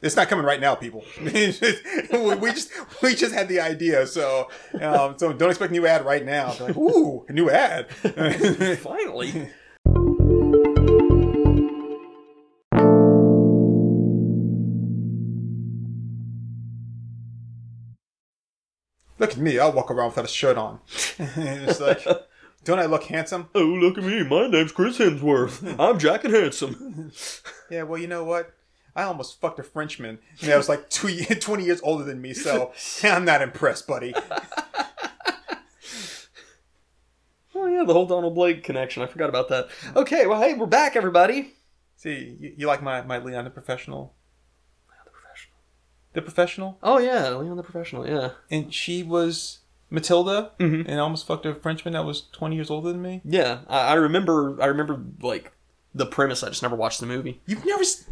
Speaker 2: It's not coming right now, people. *laughs* we we just we just had the idea, so um, so don't expect a new ad right now. Be like, ooh, *laughs* a new ad.
Speaker 1: Finally.
Speaker 2: Look at me, I'll walk around without a shirt on. *laughs* it's like, don't I look handsome?
Speaker 1: Oh, look at me. My name's Chris Hemsworth. I'm Jack and Handsome.
Speaker 2: Yeah, well, you know what? I almost fucked a Frenchman that was like two, ye- *laughs* 20 years older than me, so I'm not impressed, buddy.
Speaker 1: Oh, yeah, the whole Donald Blake connection. I forgot about that. Okay, well, hey, we're back, everybody.
Speaker 2: See, you, you like my, my Leon the Professional? The Professional?
Speaker 1: Oh, yeah, Leon the Professional, yeah.
Speaker 2: And she was Matilda,
Speaker 1: Mhm.
Speaker 2: and I almost fucked a Frenchman that was 20 years older than me.
Speaker 1: Yeah, I, I remember, I remember, like, the premise. I just never watched the movie.
Speaker 2: You've never. s-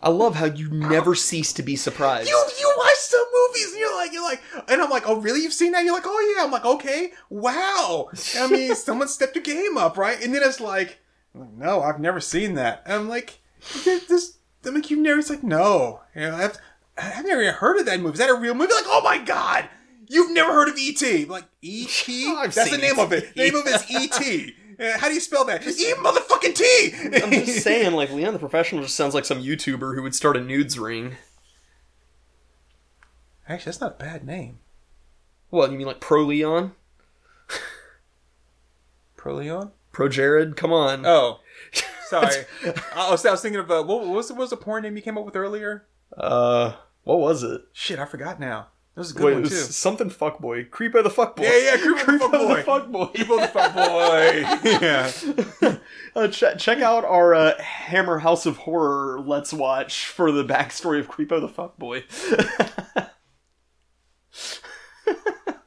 Speaker 1: I love how you never cease to be surprised.
Speaker 2: You you watch some movies and you're like you're like and I'm like oh really you've seen that you're like oh yeah I'm like okay wow I
Speaker 1: *laughs*
Speaker 2: mean someone stepped your game up right and then it's like no I've never seen that and I'm like this this- I'm like you've never it's like no you know, I've I've never even heard of that movie is that a real movie like oh my god you've never heard of ET I'm like
Speaker 1: *laughs*
Speaker 2: ET
Speaker 1: I've
Speaker 2: that's the
Speaker 1: seen E
Speaker 2: name of it
Speaker 1: E.T..
Speaker 2: the name of it is ET
Speaker 1: *laughs*
Speaker 2: Uh, how do you spell that E motherfucking T
Speaker 1: I'm just saying, like, Leon the Professional just sounds like some YouTuber who would start a nudes ring.
Speaker 2: *laughs* actually that's not a bad name
Speaker 1: What, you mean like Pro Leon?
Speaker 2: Proleon
Speaker 1: Pro Jared? Come on.
Speaker 2: *laughs* Oh, sorry. I was, I was thinking of uh, what, what was the, what was the porn name you came up with earlier?
Speaker 1: Uh, what was it?
Speaker 2: Shit, I forgot now. That was a good
Speaker 1: Wait, it
Speaker 2: one
Speaker 1: was
Speaker 2: too.
Speaker 1: something fuckboy. Creepo the fuckboy.
Speaker 2: Yeah, yeah, Creepo the
Speaker 1: Creepo
Speaker 2: Fuckboy.
Speaker 1: the fuckboy.
Speaker 2: *laughs* People the fuck boy. *laughs* yeah.
Speaker 1: Uh, ch- check out our uh, Hammer House of Horror Let's Watch for the backstory of Creepo the Fuckboy. *laughs*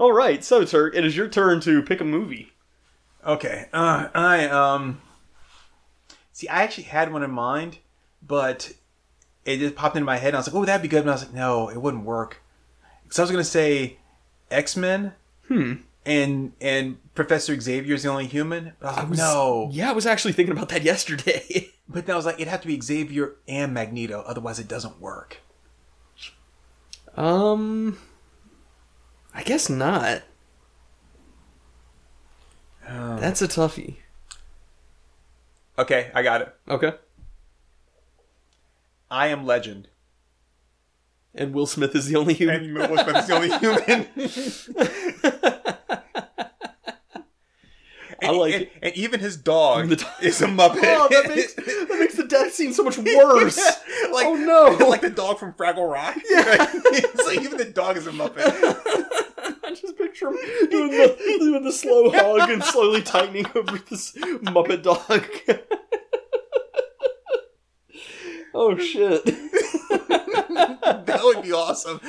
Speaker 1: All right, so Turk, it is your turn to pick a movie.
Speaker 2: Okay. Uh, I um. See, I actually had one in mind, but it just popped into my head. and I was like, "Oh, that'd be good," and I was like, "No, it wouldn't work," because I was gonna say X Men.
Speaker 1: Hmm.
Speaker 2: And and Professor Xavier's the only human. But I was like, no.
Speaker 1: Yeah, I was actually thinking about that *laughs* yesterday.
Speaker 2: But then I was like, it'd have to be Xavier and Magneto, otherwise it doesn't work.
Speaker 1: um, I guess not. That's a toughie.
Speaker 2: Okay, I got it.
Speaker 1: Okay.
Speaker 2: I am legend.
Speaker 1: And Will Smith is the only human.
Speaker 2: *laughs* And Will Smith is the only *laughs* human.
Speaker 1: I like
Speaker 2: and,
Speaker 1: it.
Speaker 2: and even his dog *laughs*
Speaker 1: The dog-
Speaker 2: is a
Speaker 1: *laughs*
Speaker 2: Muppet.
Speaker 1: Oh, that makes
Speaker 2: *laughs*
Speaker 1: that makes the death scene so *laughs* much worse.
Speaker 2: like,
Speaker 1: oh no!
Speaker 2: *laughs* Like the dog from Fraggle Rock. *laughs* Yeah. so even the dog is a Muppet. *laughs*
Speaker 1: I just picture him doing *laughs* the, doing the slow hug and slowly tightening over this Muppet dog. *laughs* oh shit!
Speaker 2: that would
Speaker 1: *laughs*
Speaker 2: be awesome.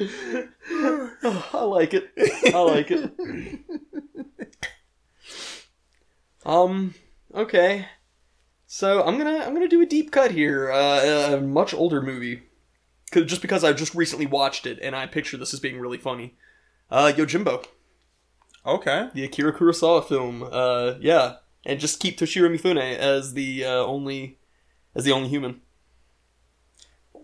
Speaker 1: Oh, *laughs* I like it. I like it. *laughs* Um. Okay. So I'm gonna I'm gonna do a deep cut here. Uh, a much older movie, 'Cause- just because I just recently watched it and I picture this as being really funny. Uh, Yojimbo.
Speaker 2: Okay.
Speaker 1: the Akira Kurosawa film. Uh, yeah, and just keep Toshiro Mifune as the uh, only as the only human.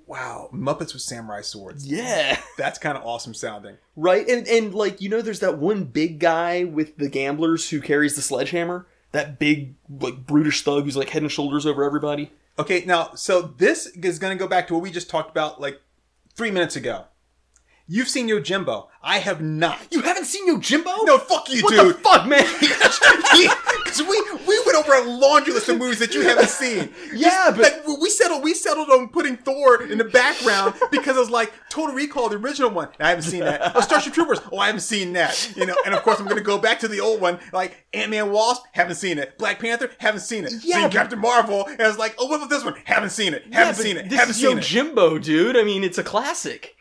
Speaker 2: Wow. Muppets with samurai swords.
Speaker 1: Yeah,
Speaker 2: That's kind of awesome sounding.
Speaker 1: right. And and like you know, there's that one big guy with the gamblers who carries the sledgehammer. That big like brutish thug who's like head and shoulders over everybody.
Speaker 2: Okay, now so this is going to go back to what we just talked about like three minutes ago. You've seen Yo Jimbo. I have not.
Speaker 1: You haven't seen Yo Jimbo?
Speaker 2: no, fuck you,
Speaker 1: what
Speaker 2: dude.
Speaker 1: the fuck, man?
Speaker 2: *laughs* Because we we went over a laundry list of movies that you haven't seen.
Speaker 1: yeah, but
Speaker 2: Like we settled we settled on putting Thor in the background because it was like Total Recall, the original one. I haven't seen that. Oh, Starship Troopers. Oh, I haven't seen that. You know, and of course I'm gonna go back to the old one. Like Ant Man Wasp, haven't seen it. Black Panther, haven't seen it.
Speaker 1: Yeah,
Speaker 2: seen
Speaker 1: but-
Speaker 2: Captain Marvel, and I was like, oh, what about this one? Haven't seen it. Haven't
Speaker 1: yeah, but
Speaker 2: seen it.
Speaker 1: This
Speaker 2: haven't
Speaker 1: is
Speaker 2: seen
Speaker 1: Yo
Speaker 2: it.
Speaker 1: Jimbo, dude. I mean, it's a classic.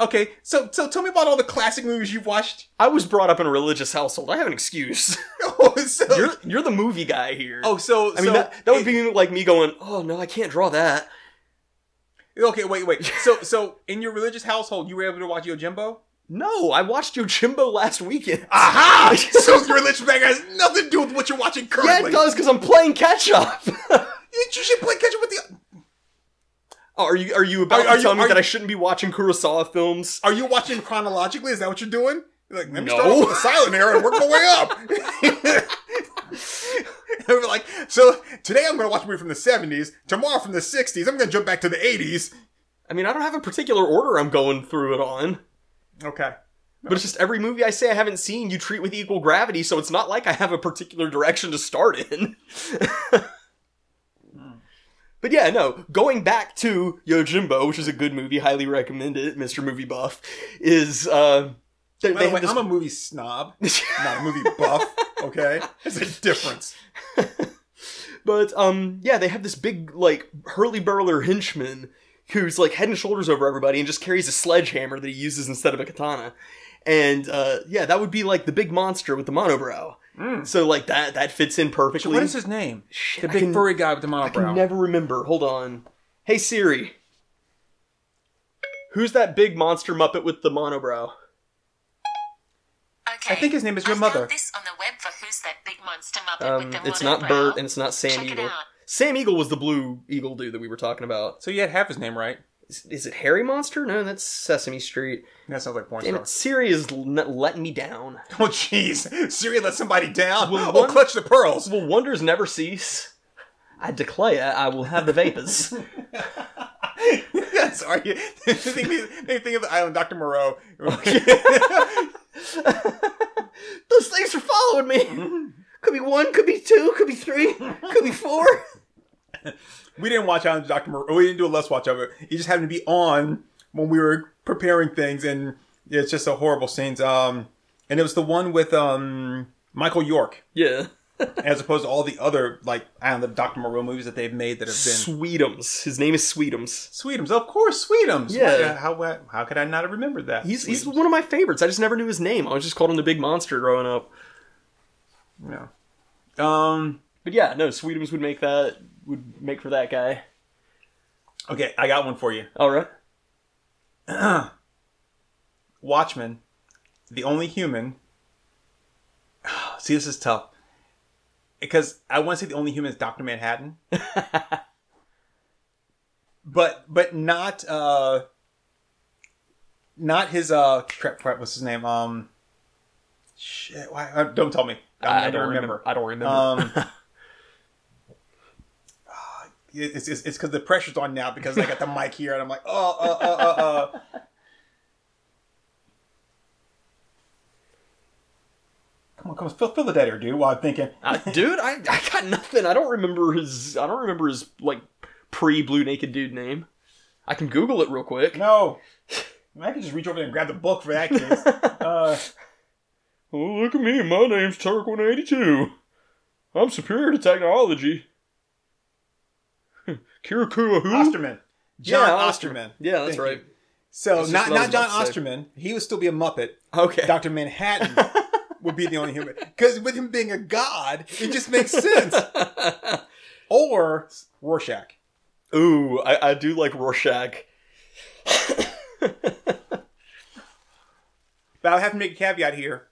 Speaker 2: Okay, so so tell me about all the classic movies you've watched. *laughs*
Speaker 1: I was brought up in a religious household. I have an excuse. *laughs*
Speaker 2: Oh, so
Speaker 1: you're you're the movie guy here.
Speaker 2: oh, so
Speaker 1: I mean,
Speaker 2: so,
Speaker 1: that, that would be like me going, oh, no, I can't draw that.
Speaker 2: okay. Wait, wait. So so in your religious household, you were able to watch Yojimbo.
Speaker 1: No, I watched Yojimbo last weekend.
Speaker 2: Aha! *laughs* so your religious background has nothing to do with what you're
Speaker 1: *laughs*
Speaker 2: watching
Speaker 1: yeah, it
Speaker 2: currently.
Speaker 1: does, because I'm playing catch up. *laughs*
Speaker 2: you, you should play catch up with the.
Speaker 1: are you are you about
Speaker 2: Are- are
Speaker 1: to
Speaker 2: you-
Speaker 1: tell me
Speaker 2: are
Speaker 1: that
Speaker 2: you-
Speaker 1: I shouldn't be watching Kurosawa films?
Speaker 2: Are you watching chronologically? Is that what you're doing? You're like, let me
Speaker 1: No.
Speaker 2: start off with the silent era and work my way up. *laughs* They were like, so today I'm going to watch a movie from the 70s. Tomorrow from the 60s. I'm going to jump back to the 80s.
Speaker 1: I mean, I don't have a particular order I'm going through it on,
Speaker 2: Okay.
Speaker 1: but it's just every movie I say I haven't seen, you treat with equal gravity, so it's not like I have a particular direction to start in. *laughs* But yeah, no, going back to Yojimbo, which is a good movie, highly recommend it, Mr. Movie Buff, is, uh, they,
Speaker 2: By
Speaker 1: they
Speaker 2: the way,
Speaker 1: have this-
Speaker 2: I'm a
Speaker 3: *laughs*
Speaker 2: movie snob, not a movie buff. Okay, there's a difference.
Speaker 1: But um, yeah, they have this big like hurly burler henchman who's like head and shoulders over everybody and just carries a sledgehammer that he uses instead of a katana. And uh, yeah, that would be like the big monster with the monobrow. So like that that fits in perfectly.
Speaker 3: Hmm. What is his name? the
Speaker 1: I
Speaker 3: big
Speaker 1: can-
Speaker 3: furry guy with the
Speaker 1: I can
Speaker 3: monobrow.
Speaker 1: never remember. Hold on. Hey Siri, who's that big monster muppet with the monobrow?
Speaker 4: Okay.
Speaker 2: think his name is your
Speaker 4: I
Speaker 2: mother.
Speaker 4: Found this on the web for who's that big monster muppet with
Speaker 1: Um,
Speaker 4: the
Speaker 1: it's
Speaker 4: water
Speaker 1: not Bert
Speaker 4: brow?
Speaker 1: and it's not Sam
Speaker 4: Check it
Speaker 1: Eagle.
Speaker 4: out.
Speaker 1: Sam Eagle was the blue eagle dude that we were talking about.
Speaker 3: So you had half his name right.
Speaker 1: Is, is it Harry Monster? No, that's Sesame Street.
Speaker 3: That sounds like porn
Speaker 1: Damn
Speaker 3: star.
Speaker 1: it, Siri is l- not letting me down.
Speaker 2: *laughs* Oh, jeez, Siri let somebody down.
Speaker 1: Well,
Speaker 2: oh,
Speaker 1: one-
Speaker 2: clutch the pearls. *laughs*
Speaker 1: Will wonders never cease? I declare I will have the *laughs* vapors.
Speaker 2: Sorry, *laughs* they think, they think of the island, Doctor Moreau.
Speaker 1: Those things are following me! Could be one, could be two, could be three, could be four.
Speaker 2: *laughs* we didn't watch Island of Dr. Moreau. Oh, We didn't do a less watch of it. It just happened to be on when we were preparing things, and it's just a horrible scenes. Um, and it was the one with um Michael York,
Speaker 1: Yeah.
Speaker 2: as opposed to all the other like Island of Dr. Moreau movies that they've made that have been.
Speaker 1: Sweetums. His name is Sweetums.
Speaker 2: Sweetums, of course, Sweetums.
Speaker 1: Yeah.
Speaker 2: Why- How how could I not have remembered that?
Speaker 1: He's, he's
Speaker 2: Sweetums.
Speaker 1: one of my favorites. I just never knew his name. I was just called him the Big Monster growing up.
Speaker 2: yeah. Um.
Speaker 1: But yeah, no, Sweetums would make that, would make for that guy.
Speaker 2: Okay, I got one for you.
Speaker 1: Alright.
Speaker 2: Watchmen, the only human. *sighs* See, this is tough because I want to say the only human is
Speaker 1: *laughs*
Speaker 2: Doctor Manhattan, but but not uh, not his uh crap, crap. What's his name? Um, shit. Why? uh, Don't tell me. I'll
Speaker 1: I
Speaker 2: never
Speaker 1: don't
Speaker 2: remember.
Speaker 1: remember. I don't remember.
Speaker 2: Um,
Speaker 1: *laughs*
Speaker 2: ah, it's it's because the pressure's on now because I got the mic here and I'm like, oh, uh, uh, uh, uh. Come on, come on, fill, fill the dead air, dude. While I'm thinking,
Speaker 1: Uh, dude, I, I got nothing. I don't remember his. I don't remember his like pre Blue Naked Dude name. I can Google it real quick.
Speaker 2: no, I can just reach over there and grab the book
Speaker 1: *laughs*
Speaker 2: for that case. Uh,
Speaker 1: Oh, look at me. My name's Turk One Eighty Two. I'm superior to technology. Hmm, Kirakua
Speaker 2: Osterman, John
Speaker 1: Yeah,
Speaker 2: Osterman.
Speaker 1: Yeah, that's
Speaker 2: Thank you.
Speaker 1: right.
Speaker 2: So
Speaker 1: That's just
Speaker 2: not
Speaker 1: what I
Speaker 2: not
Speaker 1: was
Speaker 2: John
Speaker 1: about to say.
Speaker 2: Osterman. He would still be a Muppet.
Speaker 1: Okay.
Speaker 2: Dr. Manhattan would be the only human. Because with him being a god, it just makes *laughs* sense. Or Rorschach.
Speaker 1: Ooh, I, I do like Rorschach.
Speaker 2: But I have to make a caveat here.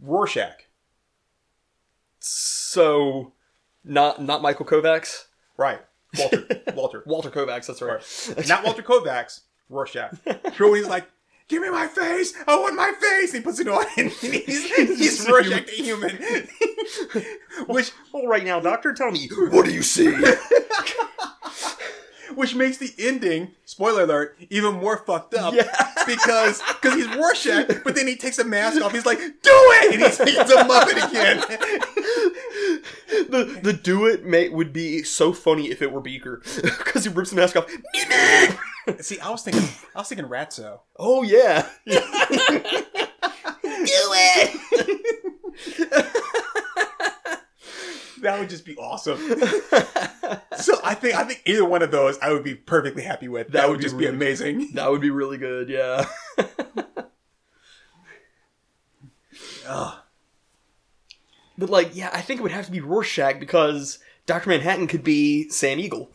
Speaker 2: Rorschach.
Speaker 1: So, not not Michael Kovacs.
Speaker 2: Right. Walter. *laughs* Walter.
Speaker 1: Walter Kovacs. That's right.
Speaker 2: Not Walter Kovacs. Rorschach. Sure, when he's like, give me my face. I want my face. He puts it on and *laughs* he's, he's Rorschach the human. which
Speaker 1: Well, right now, Doctor, tell me *laughs* what do you *laughs* see?
Speaker 2: which makes the ending, spoiler alert, even more fucked up.
Speaker 1: Yeah.
Speaker 2: Because because he's Rorschach, but then he takes a mask off. He's like, do it! And he's, he's a Muppet again.
Speaker 1: the the do it mate would be so funny if it were Beaker *laughs* because he rips the mask off.
Speaker 2: *laughs*
Speaker 1: *laughs*
Speaker 2: See, I was thinking, I was thinking Ratso.
Speaker 1: Oh yeah, do it.
Speaker 2: That would just be
Speaker 1: *laughs*
Speaker 2: awesome. so I think I think either one of those I would be perfectly happy with. That, would,
Speaker 1: would be
Speaker 2: just be
Speaker 1: really-
Speaker 2: amazing.
Speaker 1: That would be really good. Yeah. *laughs* But like, yeah, I think it would have to be Rorschach because Doctor Manhattan could be Sam Eagle.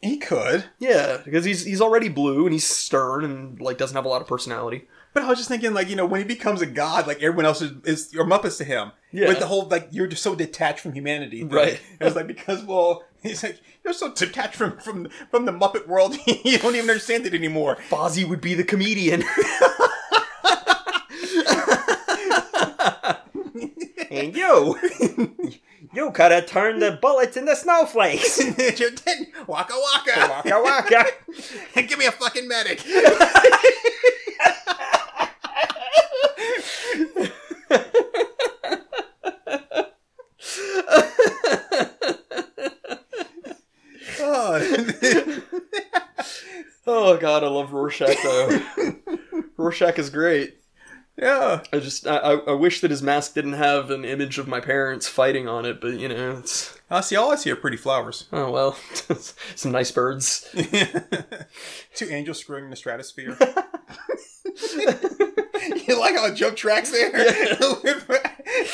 Speaker 2: He could,
Speaker 1: Yeah, because he's he's already blue and he's stern and like doesn't have a lot of personality.
Speaker 2: but I was just thinking, like you know, when he becomes a god, like everyone else is, is your Muppets to him.
Speaker 1: Yeah.
Speaker 2: With the whole like you're just so detached from humanity, thing.
Speaker 1: Right.
Speaker 2: It was like because well, he's like you're so detached from from from the Muppet world, *laughs* you don't even understand it anymore. *laughs*
Speaker 1: Fozzie would be the comedian. *laughs* and yo,
Speaker 5: You could have turned the bullets into snowflakes.
Speaker 1: *laughs*
Speaker 3: you did. Waka waka.
Speaker 5: waka waka.
Speaker 3: Give me a fucking medic.
Speaker 2: Oh.
Speaker 1: Oh god, I love Rorschach *laughs* though. Rorschach is great.
Speaker 3: yeah.
Speaker 1: I just I, I I wish that his mask didn't have an image of my parents fighting on it, but you know, it's
Speaker 3: I see. All I see are pretty flowers. *laughs*
Speaker 1: oh well. *laughs* Some nice birds.
Speaker 2: Two angels screwing in the stratosphere.
Speaker 3: *laughs* you like how I jump tracks there? *laughs* I, went from,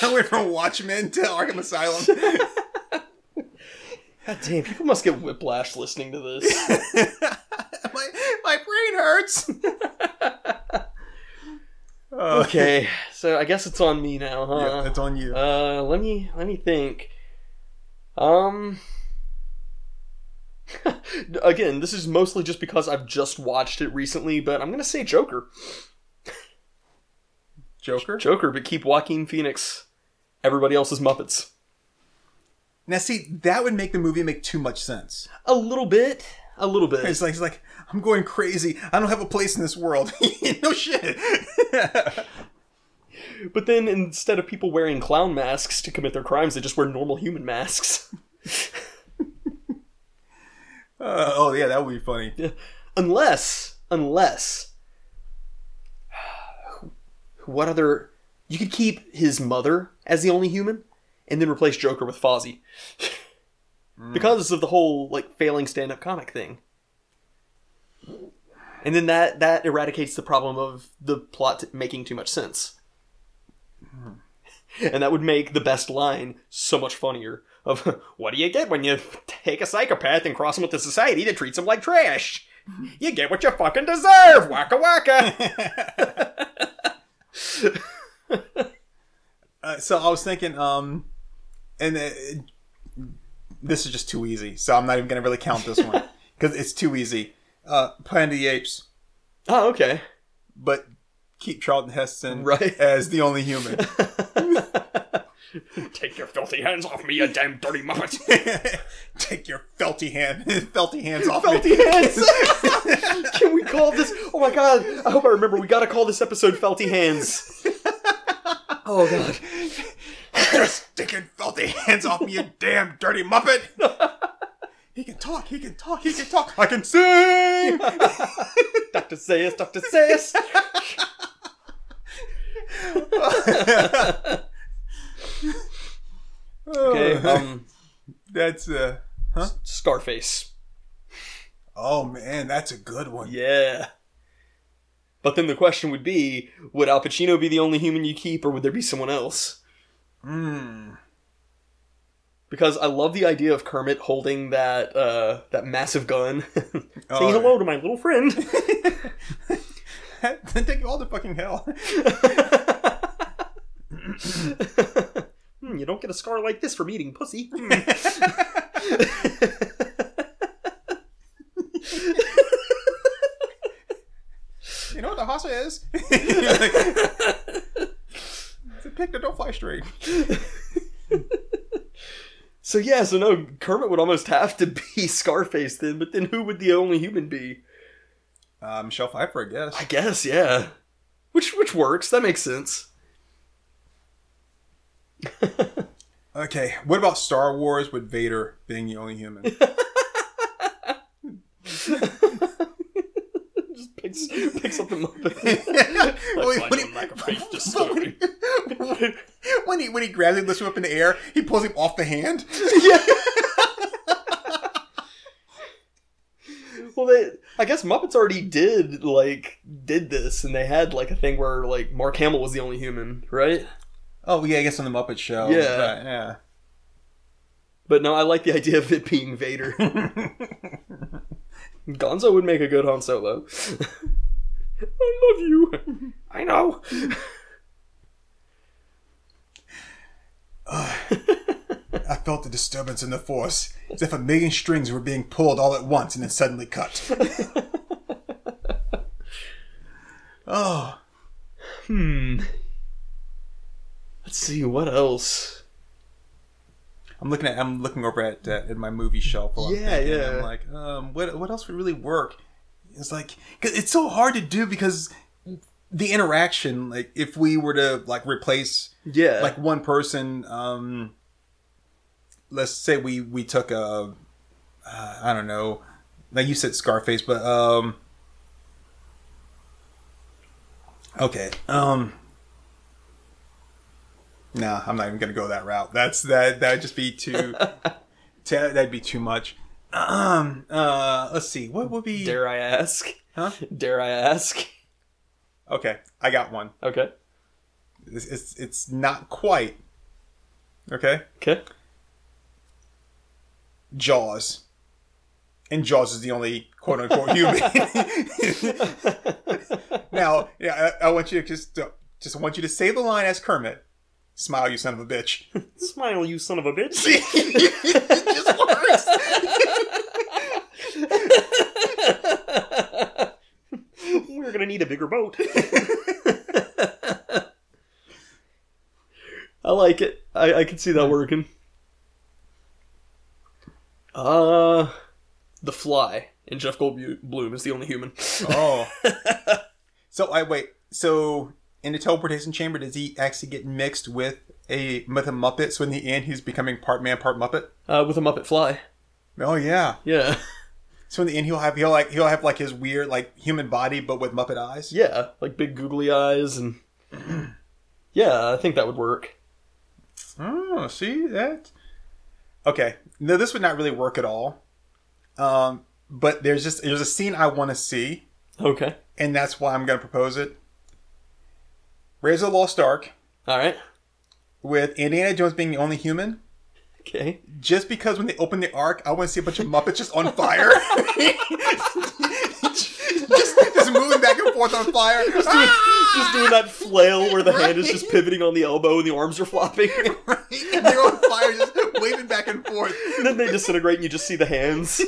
Speaker 3: I went from Watchmen to Arkham Asylum.
Speaker 1: God damn, people must get whiplash listening to *laughs* this.
Speaker 3: my my brain
Speaker 2: *laughs*
Speaker 3: hurts.
Speaker 2: Uh,
Speaker 1: Okay, *laughs* so I guess it's on me now, huh?
Speaker 2: yeah, it's on you.
Speaker 1: Uh, let me let me think. Um. *laughs* Again, this is mostly just because I've just watched it recently, but I'm gonna say Joker.
Speaker 2: Joker.
Speaker 1: Joker, but keep Joaquin Phoenix. Everybody else is Muppets.
Speaker 2: Now, see, that would make the movie make too much sense.
Speaker 1: A little bit. A little bit.
Speaker 2: It's like, it's like I'm going crazy. I don't have a place in this world. *laughs* no shit. *laughs*
Speaker 1: But then instead of people wearing clown masks to commit their crimes, they just wear normal human masks. *laughs*
Speaker 2: Uh, oh yeah, that would be funny.
Speaker 1: Unless, unless, what other? You could keep his mother as the only human, and then replace Joker with Fozzie, because of the whole like failing stand-up comic thing. And then that that eradicates the problem of the plot t- making too much sense. And that would make the best line so much funnier. Of *laughs* what do you get when you take a psychopath and cross him with a society that treats him like trash? You get what you fucking deserve. Waka waka.
Speaker 2: Uh, so I was thinking, um, and uh, this is just too easy. So I'm not even gonna really count this one because it's too easy. Uh, Planet of the Apes,
Speaker 1: *laughs* oh, okay.
Speaker 2: but keep Charlton Heston
Speaker 1: Right.
Speaker 2: as the
Speaker 1: *laughs*
Speaker 2: only human.
Speaker 1: Take your filthy hands off me, you damn dirty muppet. *laughs*
Speaker 2: Take your felty hand, *laughs* felty hands off me.
Speaker 1: Felty hands. *laughs* Can we call this? Oh my god! I hope I remember. We gotta call this episode "Felty Hands." Oh god!
Speaker 2: You're sticking filthy hands off me, you damn
Speaker 1: *laughs*
Speaker 2: dirty muppet! He can talk, he can talk, he can talk. I can sing!
Speaker 1: Doctor Sayus, Doctor Sayus. *laughs* Okay.
Speaker 2: *laughs*
Speaker 1: Um,
Speaker 2: Oh, That's uh huh?
Speaker 1: Scarface.
Speaker 2: Oh man, that's a good one.
Speaker 1: Yeah. But then the question would be: Would Al Pacino be the only human you keep, or would there be someone else? Because I love the idea of Kermit holding that uh, that massive gun, *laughs* saying
Speaker 2: Oh,
Speaker 1: hello to my little friend.
Speaker 2: *laughs* Then take you all to fucking hell. *laughs*
Speaker 1: Hmm, you don't get a scar like this from eating pussy. Hmm.
Speaker 2: You know what the
Speaker 1: *laughs*
Speaker 2: hossa is? *laughs* it's a pig that don't fly straight.
Speaker 1: *laughs* So yeah, so no, Kermit would almost have to be *laughs* Scarface then, but then who would the only human be?
Speaker 2: Uh, Michelle Pfeiffer, I guess.
Speaker 1: I guess, *laughs* yeah. Which which works, that makes sense.
Speaker 2: Okay, what about Star Wars with Vader being the only human? *laughs*
Speaker 1: Just picks *laughs* picks up the Muppet.
Speaker 2: Wait, when he- *laughs* when he when he grabs him, lifts him up in the air, he pulls him off the hand.
Speaker 1: well they I guess Muppets already did like did this and they had like a thing where like Mark Hamill was the only human, right?
Speaker 2: Oh yeah, I guess on the Muppet Show.
Speaker 1: Yeah.
Speaker 2: but, yeah.
Speaker 1: But no, I like the idea of it being Vader. Gonzo would make a good Han Solo. *laughs* I love you. I know.
Speaker 2: I felt the disturbance in the force, as if a million strings were being pulled all at once and then suddenly cut. oh,
Speaker 1: Let's see what else.
Speaker 2: I'm looking at I'm looking over at uh, at my movie shelf. while I'm
Speaker 1: Yeah,
Speaker 2: thinking,
Speaker 1: yeah.
Speaker 2: I'm like, um, what what else would really work? It's like 'cause it's so hard to do because the interaction. Like if we were to like replace
Speaker 1: Yeah.
Speaker 2: like one person, um, let's say we we took a uh, I don't know, like you said Scarface, but um, okay, um. Nah, I'm not even gonna go that route. That's that. That'd just be too. t- that'd be too much. Um. Uh. Let's see. What would be?
Speaker 1: Dare I ask?
Speaker 2: Huh?
Speaker 1: Dare I ask?
Speaker 2: Okay, I got one.
Speaker 1: Okay.
Speaker 2: It's, it's it's not quite. Okay,
Speaker 1: Okay.
Speaker 2: Jaws. And Jaws is the only quote unquote human. now, yeah, I, I want you to just uh, just want you to say the line as Kermit. Smile, you son of a bitch.
Speaker 5: Smile, you son of a bitch.
Speaker 1: *laughs*
Speaker 2: it just works.
Speaker 5: We're gonna need a bigger boat.
Speaker 1: I like it. I, I can see that working. Uh, The Fly and Jeff Goldblum is the only human.
Speaker 2: Oh. so I wait. So in the teleportation chamber, does he actually get mixed with a with a Muppet? So in the end, he's becoming part man, part Muppet.
Speaker 1: Uh, with a Muppet Fly.
Speaker 2: Oh yeah.
Speaker 1: Yeah.
Speaker 2: So in the end, he'll have he'll like he'll have like his weird like human body, but with Muppet eyes.
Speaker 1: Yeah. Like big googly eyes and. *clears throat* Yeah, I think that would work.
Speaker 2: Oh, see that? Okay. No, this would not really work at all. Um, but there's just there's a scene I want to see,
Speaker 1: Okay.
Speaker 2: and that's why I'm going to propose it. Raiders of the Lost Ark
Speaker 1: Alright.
Speaker 2: with Indiana Jones being the only human.
Speaker 1: Okay.
Speaker 2: Just because when they open the ark, I want to see a bunch of Muppets just on fire. *laughs*
Speaker 3: just, just moving back and forth on fire.
Speaker 1: Just doing that flail where the hand is just pivoting on the elbow and the arms are flopping.
Speaker 2: Ah!
Speaker 3: and they're on fire, just waving back and forth.
Speaker 1: and then they disintegrate and you just see the hands.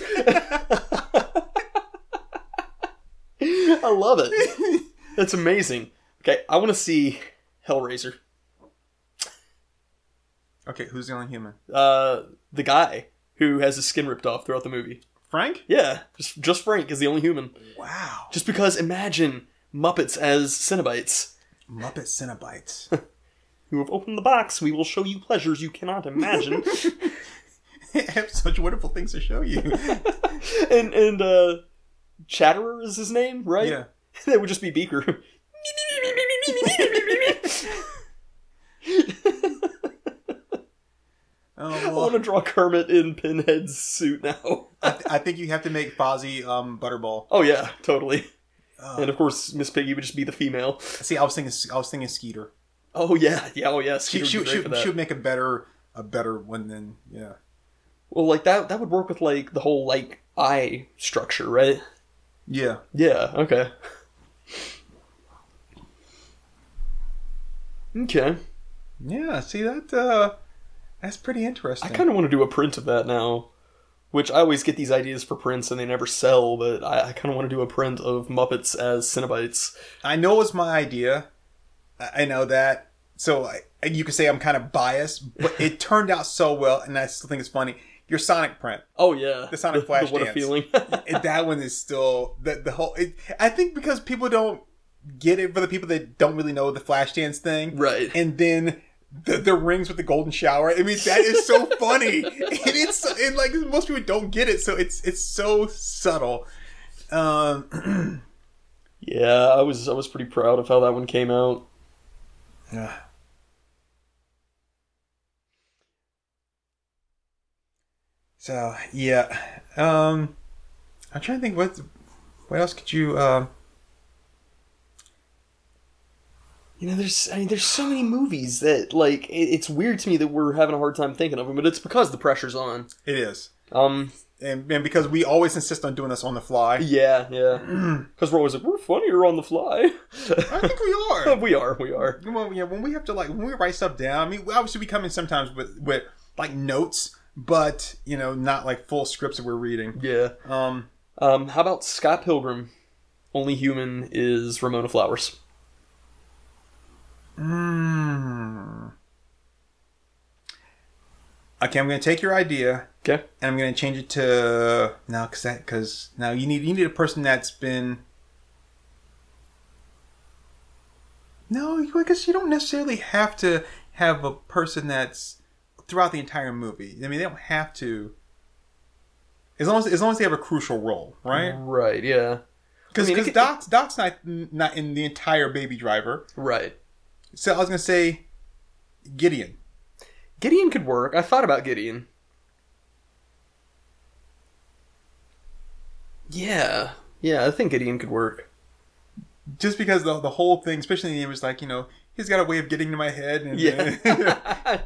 Speaker 1: I love it. That's amazing. Okay, I want to see Hellraiser.
Speaker 2: okay, who's the only human?
Speaker 1: Uh, the guy who has his skin ripped off throughout the movie.
Speaker 2: Frank?
Speaker 1: Yeah, just, just Frank is the only human.
Speaker 2: Wow.
Speaker 1: Just because imagine Muppets as Cenobites *laughs*
Speaker 2: Muppet Cenobites.
Speaker 5: You have opened the box. We will show you pleasures you cannot *laughs* imagine.
Speaker 2: I have such wonderful things to
Speaker 1: *laughs*
Speaker 2: show you.
Speaker 1: and and uh, Chatterer is his name, right? *laughs*
Speaker 2: Yeah.
Speaker 1: that would just be Beaker. *laughs* I
Speaker 2: Oh,
Speaker 1: want to
Speaker 2: well,
Speaker 1: draw Kermit in Pinhead's suit now.
Speaker 2: I, th- I think you have to make Fozzie um, Butterball.
Speaker 1: Oh yeah, totally.
Speaker 2: Oh.
Speaker 1: And of course, Miss Piggy would just be the female.
Speaker 2: See, I was thinking, I was thinking Skeeter.
Speaker 1: Oh yeah, yeah, oh yeah. Skeeter
Speaker 2: she
Speaker 1: would
Speaker 2: she,
Speaker 1: be great
Speaker 2: she,
Speaker 1: for that.
Speaker 2: she would make a better a better one than yeah.
Speaker 1: Well, like that that would work with like the whole like eye structure, right?
Speaker 2: Yeah.
Speaker 1: Yeah. Okay. Okay.
Speaker 2: Yeah, see that uh that's pretty interesting.
Speaker 1: I kind of want to do a print of that now, which I always get these ideas for prints and they never sell. But I, I kind of want to do a print of Muppets as Cenobites.
Speaker 2: I know it was my idea. I, I know that. So I, you could say I'm kind of biased, but
Speaker 1: *laughs*
Speaker 2: it turned out so well and I still think it's funny. Your Sonic print.
Speaker 1: Oh yeah,
Speaker 2: The Sonic
Speaker 1: what a
Speaker 2: Flashdance. *laughs*
Speaker 1: feeling.
Speaker 2: it, that one is still the the whole it, I think because people don't get it for the people that don't really know the Flashdance thing.
Speaker 1: right.
Speaker 2: and then the, the rings with the golden shower. I mean, that is *laughs* so funny, and it's so- and like most people don't get it, so it's it's so subtle. Um,
Speaker 1: Yeah, I was I was pretty proud of how that one came out.
Speaker 2: so yeah, um, I'm trying to think what what else could you. Uh,
Speaker 1: You know, there's I mean, there's so many movies that like it, it's weird to me that we're having a hard time thinking of them, but it's because the pressure's on.
Speaker 2: it is,
Speaker 1: Um,
Speaker 2: and, and because we always insist on doing this on the fly,
Speaker 1: yeah, yeah, because we're always like we're funnier on the fly. *laughs*
Speaker 2: I think we are.
Speaker 1: we are, we are.
Speaker 2: Well, yeah, when we have to like when we write stuff down, I mean, obviously we come in sometimes with with like notes, but you know, not like full scripts that we're reading.
Speaker 1: Yeah.
Speaker 2: Um,
Speaker 1: Um, how about Scott Pilgrim? Only human is Ramona Flowers.
Speaker 2: Mm. hmm. Okay, I'm going to take your idea
Speaker 1: Okay.
Speaker 2: and I'm going to change it to now because that because now you need you need a person that's been. No, you- I guess you don't necessarily have to have a person that's throughout the entire movie. I mean, they don't have to. As long as, as long as they have a crucial role, right?
Speaker 1: Right. Yeah.
Speaker 2: Because
Speaker 1: Uh, I mean, it could-
Speaker 2: Doc's Doc's not not in the entire Baby Driver.
Speaker 1: Right.
Speaker 2: So I was gonna say Gideon.
Speaker 1: Gideon could work. I thought about Gideon. Yeah. Yeah, I think Gideon could work.
Speaker 2: just because the, the whole thing, especially in the end, was like, you know, he's got a way of getting to my head. And, *laughs*
Speaker 1: Yeah.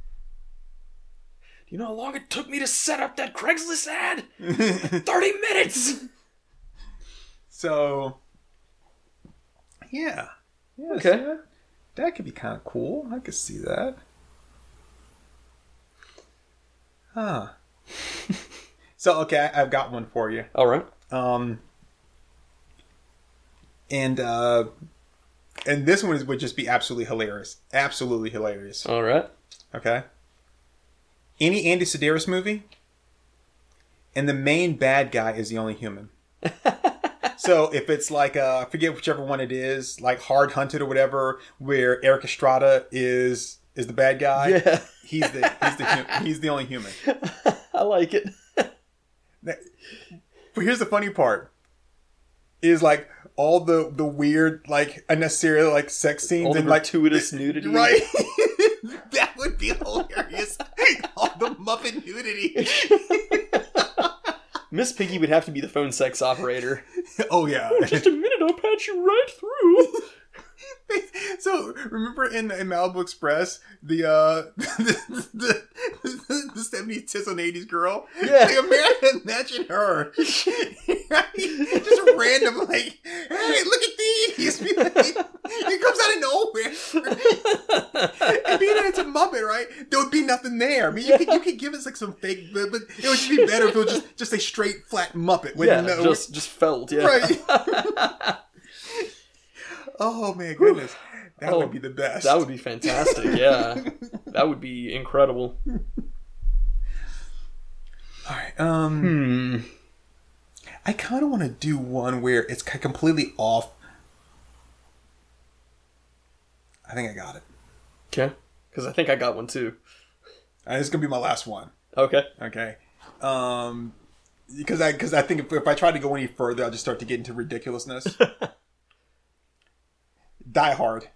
Speaker 1: *laughs* you know how long it took me to set up that Craigslist
Speaker 3: *laughs*
Speaker 1: ad? 30 minutes!
Speaker 2: so, yeah. yeah
Speaker 1: Okay.
Speaker 2: so that- that could be kind of cool. I could see that. Huh. so, okay, I, I've got one for you.
Speaker 1: Alright.
Speaker 2: Um, and, uh, and this one would just be absolutely hilarious. Absolutely hilarious.
Speaker 1: Alright.
Speaker 2: Okay. Any Andy Sedaris movie, and the main bad guy is the
Speaker 1: *laughs*
Speaker 2: only human. so if it's like uh, I forget whichever one it is, like Hard Hunted or whatever, where Eric Estrada is is the bad guy.
Speaker 1: Yeah.
Speaker 2: *laughs*
Speaker 1: *laughs*
Speaker 2: He's the he's the hu- he's the only human.
Speaker 1: I like it.
Speaker 2: But here's the funny part: is like all the the weird like unnecessary like sex scenes
Speaker 1: All the
Speaker 2: and like
Speaker 1: gratuitous nudity.
Speaker 2: *laughs*
Speaker 3: Right? that would be hilarious. All the Muppet nudity.
Speaker 1: Miss Piggy would have to be the phone sex operator.
Speaker 2: *laughs* oh yeah.
Speaker 1: Just a minute, I'll patch you right through.
Speaker 2: So remember in, in Malibu Express the uh
Speaker 3: *laughs* the, the, the, the 70s tits on 80s girl.
Speaker 1: Yeah.
Speaker 3: Like, America, imagine
Speaker 1: *laughs*
Speaker 3: her. *laughs* Just random, like, hey, look at these. *laughs* it comes out of nowhere. *laughs* and being that it's a Muppet, right? There would be nothing there. I mean, you could you could give us like some fake, but, but it would just be better if it was just just a straight flat Muppet with
Speaker 1: yeah,
Speaker 3: no.
Speaker 1: just just felt, yeah. *laughs*
Speaker 3: Right. oh man, goodness,
Speaker 2: that
Speaker 1: Oh,
Speaker 2: would be the best.
Speaker 1: That would be fantastic, yeah. that would be incredible.
Speaker 2: All right.
Speaker 1: Hmm.
Speaker 2: Um. I kind of want to do one where it's ki- completely off. I think I got it.
Speaker 1: Okay. Because I think I got one too.
Speaker 2: Uh, It's gonna be my last one.
Speaker 1: Okay.
Speaker 2: Okay. Um, because I because I think if, if I try to go any further, I'll just start to get
Speaker 1: *laughs*
Speaker 2: into ridiculousness. Die Hard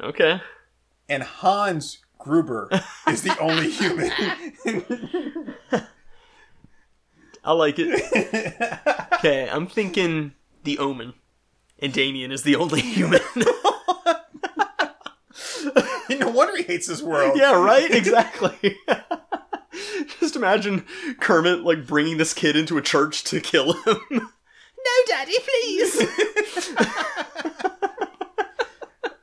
Speaker 1: Okay.
Speaker 2: and Hans Gruber is the only human.
Speaker 1: *laughs*
Speaker 5: I like it. okay, I'm thinking The Omen. And Damien is the only *laughs* human.
Speaker 2: *laughs* no wonder he hates this world.
Speaker 5: yeah, right? Exactly. *laughs* Just imagine Kermit, like, bringing this kid into a church to kill him. no, Daddy, please!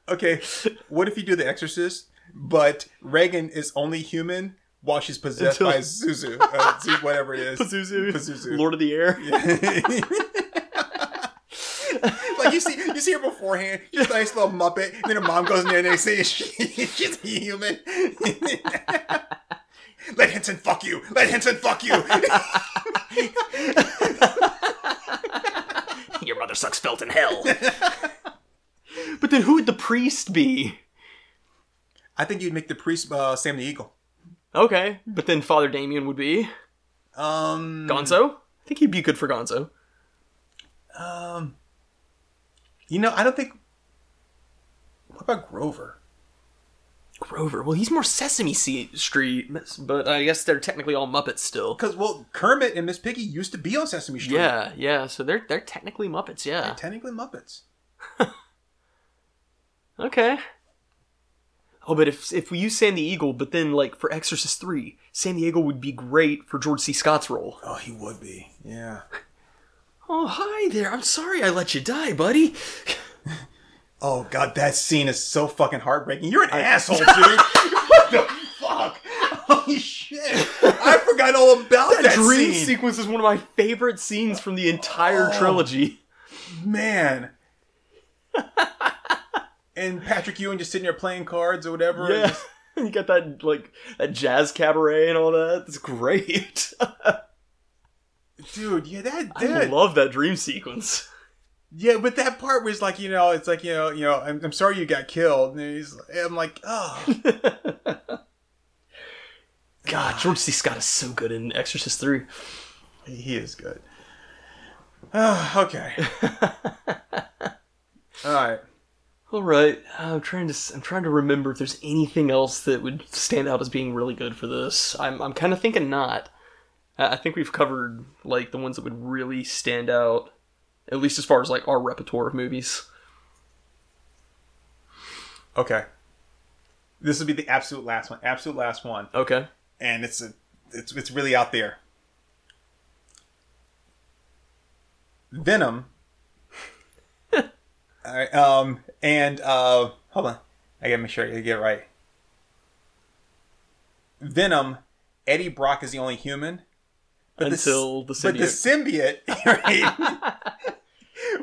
Speaker 2: Okay. What if you do The Exorcist, but Reagan is only human while she's possessed
Speaker 5: Until-
Speaker 2: by Zuzu, uh, Zu- whatever it is.
Speaker 5: *laughs* Pazuzu.
Speaker 2: Pazuzu.
Speaker 5: Lord of the
Speaker 2: *laughs*
Speaker 5: Air. *laughs*
Speaker 2: like you see, you see her beforehand.
Speaker 3: She's a nice little Muppet. And then her mom goes in there and they
Speaker 2: *laughs*
Speaker 3: say she, she's a human. Let Henson fuck you. Let Henson fuck you.
Speaker 5: Your mother sucks felt in hell. but then who would the priest be?
Speaker 2: *laughs* I think you'd make the priest uh, Sam the Eagle.
Speaker 5: Okay, but then Father Damien would be
Speaker 2: Um,
Speaker 5: Gonzo. I think he'd be good for Gonzo.
Speaker 2: you know, I don't think. What about Grover?
Speaker 5: Grover. Well, he's more Sesame Se- Street, but I guess they're technically all Muppets still.
Speaker 2: Because well, Kermit and Miss Piggy used to be on Sesame Street.
Speaker 5: Yeah, yeah. So they're they're technically Muppets. Yeah.
Speaker 2: technically Muppets.
Speaker 5: Okay. Oh, but if if we use Sandy Eagle, but then like for Exorcist three, San Diego would be great for George C. Scott's role.
Speaker 2: Oh, he would be. Yeah.
Speaker 5: Oh, hi there. I'm sorry I let you die, buddy.
Speaker 2: Oh god, that scene is so fucking heartbreaking. You're an
Speaker 5: *laughs*
Speaker 2: asshole, dude. what the fuck? Holy shit! I forgot all about that,
Speaker 5: dream
Speaker 2: scene.
Speaker 5: sequence is one of my favorite scenes from the entire trilogy.
Speaker 2: Man. and Patrick Ewing just sitting there playing cards or whatever. and
Speaker 5: *laughs* Yeah.
Speaker 2: just-
Speaker 5: you got that like that jazz cabaret and all that. It's great. *laughs*
Speaker 2: dude. Yeah, that
Speaker 5: I
Speaker 2: that
Speaker 5: love that dream sequence.
Speaker 2: yeah, but that part was like, you know, it's like, you know, you know, I'm, I'm sorry you got killed. And he's, I'm like, oh,
Speaker 5: God, George C. Scott is so good in Exorcist Three.
Speaker 2: he is good. Oh, okay. All right.
Speaker 5: All right, I'm trying to s- I'm trying to remember if there's anything else that would stand out as being really good for this. I'm I'm kind of thinking not. I I think we've covered like the ones that would really stand out, at least as far as like our repertoire of movies.
Speaker 2: Okay. This will be the absolute last one. Absolute last one.
Speaker 5: Okay.
Speaker 2: And it's a, it's it's really out there. *laughs* Venom. All right. Um. And uh. Hold on. I gotta make sure I get it right. Venom. Eddie Brock is the only human. But s-
Speaker 5: Until the
Speaker 2: But the symbiote. *laughs* Right?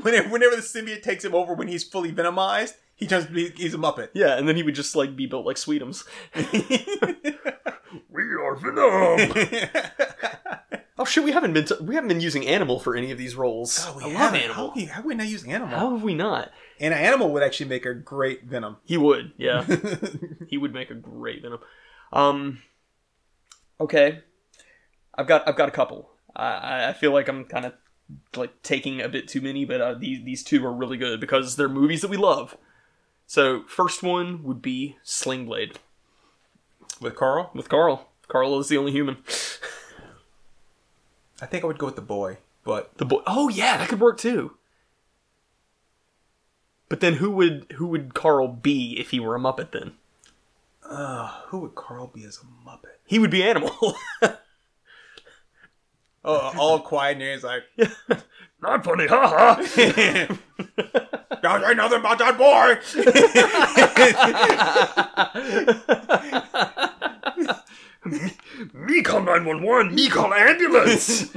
Speaker 2: whenever, whenever the symbiote takes him over, when he's fully venomized, he turns. he- He's a muppet.
Speaker 5: Yeah, and then he would just like be built like Sweetums. *laughs* we are Venom.
Speaker 2: *laughs*
Speaker 5: oh shit, we haven't been t- we haven't been using animal for any of these roles.
Speaker 2: Oh, we
Speaker 5: I love
Speaker 2: haven't.
Speaker 5: animal.
Speaker 2: How, we- how we not use animal?
Speaker 5: How have we not?
Speaker 2: And an animal would actually make a great venom. *laughs*
Speaker 5: He would, yeah. he would make a great Venom. Um, okay, I've got I've got a couple. I- I I feel like I'm kind of like taking a bit too many, but uh, these these two are really good because they're movies that we love. So first one would be Sling Blade
Speaker 2: With Carl,
Speaker 5: with Carl. Carl is the only human.
Speaker 2: I think I would go with the boy. But
Speaker 5: The boy. Oh yeah, that could work too. But then who would who would Carl be if he were a Muppet? Then
Speaker 2: who would Carl be as a Muppet?
Speaker 5: he would be animal. *laughs*
Speaker 2: Oh, all quiet, and he's *laughs* like,
Speaker 5: Not funny, haha.
Speaker 2: "Don't say nothing about that boy." *laughs*
Speaker 5: Me call nine one one. Me call *laughs* ambulance.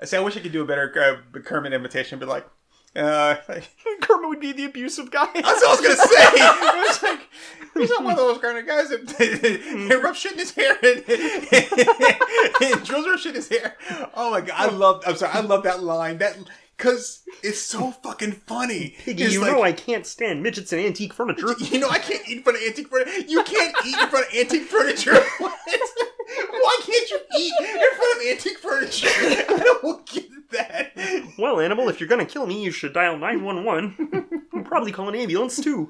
Speaker 2: I say, I wish I could do a better uh, Kermit imitation, but like, uh, like-
Speaker 5: Kermit would be the abusive guy.
Speaker 2: that's what I was gonna say. *laughs* I was like, he's not one of those kind of guys that, *laughs* that rubs shit in his hair and, *laughs* and drills her shit in his hair. Oh my god, I love. I'm sorry, I love that line. That because it's so fucking funny. It's like-
Speaker 5: I can't stand midgets and antique *laughs* furniture.
Speaker 2: *laughs* You know, I can't eat in front of antique furniture. You can't eat in front of antique furniture. *laughs* What? Why can't you eat in front of antique furniture? *laughs* I don't get that.
Speaker 5: well, animal, if you're gonna kill me, you should dial nine one one. I'm probably call an ambulance too.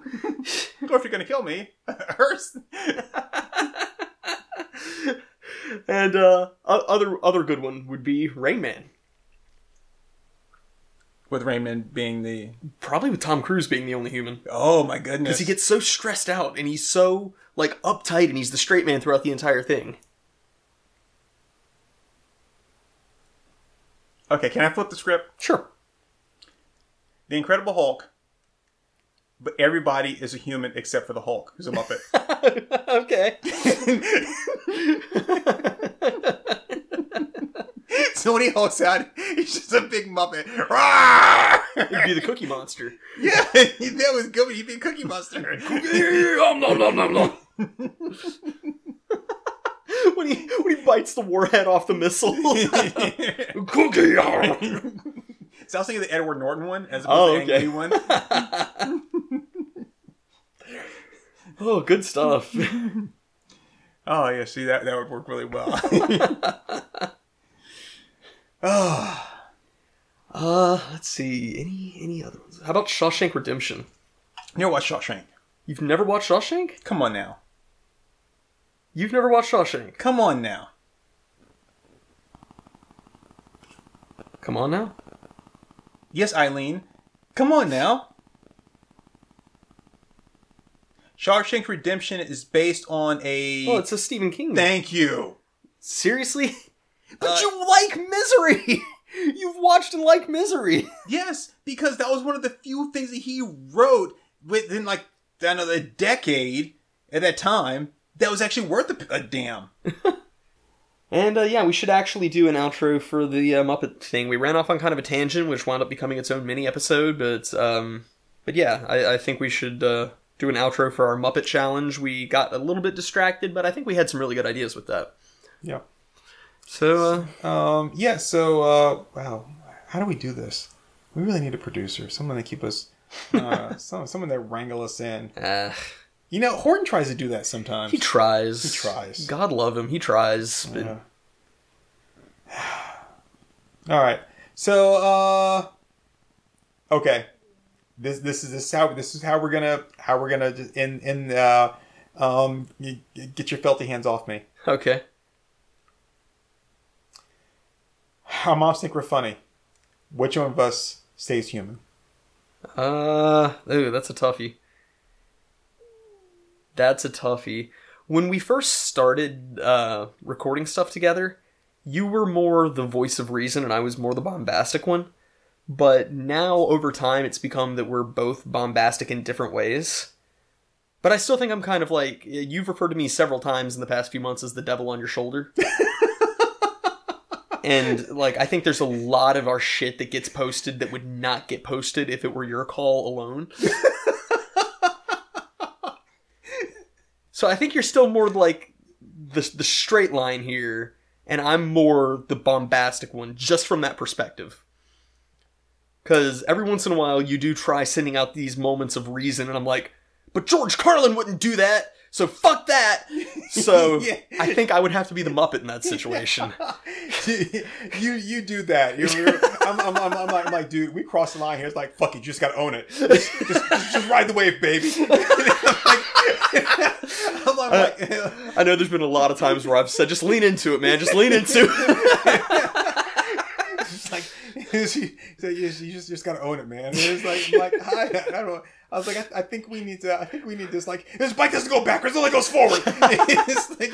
Speaker 2: Or if you're gonna kill me, *laughs* hearse.
Speaker 5: And uh, o- other other good one would be Rain Man.
Speaker 2: With Raymond being the
Speaker 5: Probably with Tom Cruise being the only human.
Speaker 2: oh my goodness,
Speaker 5: Because he gets so stressed out and he's so like uptight and he's the straight man throughout the entire thing.
Speaker 2: okay. Can I flip the script?
Speaker 5: Sure.
Speaker 2: The Incredible Hulk, but everybody is a human except for the Hulk, who's a *laughs* Muppet.
Speaker 5: *laughs* okay.
Speaker 2: so when he hulks out, he's just a big Muppet. *laughs* Rawr!
Speaker 5: It'd be the Cookie Monster.
Speaker 2: Yeah, *laughs* that was good. He'd be Cookie *laughs* Monster.
Speaker 5: when he when he bites the warhead off the missile. *laughs* Cookie. um.
Speaker 2: So I was thinking of the Edward Norton one as opposed
Speaker 5: Oh,
Speaker 2: to the
Speaker 5: okay.
Speaker 2: Ang Lee one.
Speaker 5: oh, good stuff.
Speaker 2: Oh yeah, see that that would work really *laughs* well. *sighs*
Speaker 5: Uh, let's see. Any any other ones? How about Shawshank Redemption?
Speaker 2: you know what, Shawshank?
Speaker 5: You've never watched Shawshank?
Speaker 2: Come on now,
Speaker 5: You've never watched Shawshank?
Speaker 2: come on now.
Speaker 5: Come on now.
Speaker 2: Yes, Eileen, come on now. Shawshank Redemption is based on a.
Speaker 5: Oh, it's a Stephen King.
Speaker 2: Thank you.
Speaker 5: Seriously? But you like misery. You've watched and like misery.
Speaker 2: Yes, because that was one of the few things that he wrote within like another decade at that time that was actually worth a, a damn.
Speaker 5: And uh, yeah, we should actually do an outro for the uh, Muppet thing. We ran off on kind of a tangent, which wound up becoming its own mini episode. But um, but yeah, I, I think we should uh, do an outro for our Muppet Challenge. We got a little bit distracted, but I think we had some really good ideas with that.
Speaker 2: Yeah.
Speaker 5: So, uh,
Speaker 2: Um, yeah, so, uh, wow. How do we do this? We really need a producer, someone to keep us, uh, *laughs* some, someone that wrangle us in.
Speaker 5: ah,
Speaker 2: You know, Horton tries to do that sometimes.
Speaker 5: he tries.
Speaker 2: He tries.
Speaker 5: God love him. He tries. But
Speaker 2: Yeah. *sighs* All right. So, uh, okay. This this is this is how this is how we're gonna how we're gonna just in in uh, um y- y- get your filthy hands off me.
Speaker 5: Okay.
Speaker 2: Our moms think we're funny. Which one of us stays human? *laughs*
Speaker 5: Uh, ooh, that's a toughie. That's a toughie. When we first started uh, recording stuff together, you were more the voice of reason and I was more the bombastic one. But now, over time, it's become that we're both bombastic in different ways. But I still think I'm kind of like you've referred to me several times in the past few months as the devil on your shoulder. and like I think there's a lot of our shit that gets posted that would not get posted if it were your call alone. *laughs* so I think you're still more like the the straight line here, and I'm more the bombastic one, just from that perspective. Because every once in a while you do try sending out these moments of reason, and I'm like, but George Carlin wouldn't do that, so fuck that. So
Speaker 2: Yeah.
Speaker 5: I think I would have to be the Muppet in that situation.
Speaker 2: you you do that. You, you- I'm, I'm, I'm, I'm like, I'm like, dude, we crossed the line here. It's like, fuck it, you just gotta own it. Just, just, just ride the wave, baby. *laughs* I'm like, I'm like *laughs*
Speaker 5: I know there's been a lot of times where I've said, just lean into it, man. Just lean into it.
Speaker 2: *laughs* It's like she said, "Yeah, you just, you just gotta own it, man." And it's like, *laughs* I'm like I, I don't know. I was like, I, I think we need to. I think we need this. Like, this bike doesn't go backwards; it only goes forward. *laughs* it's like,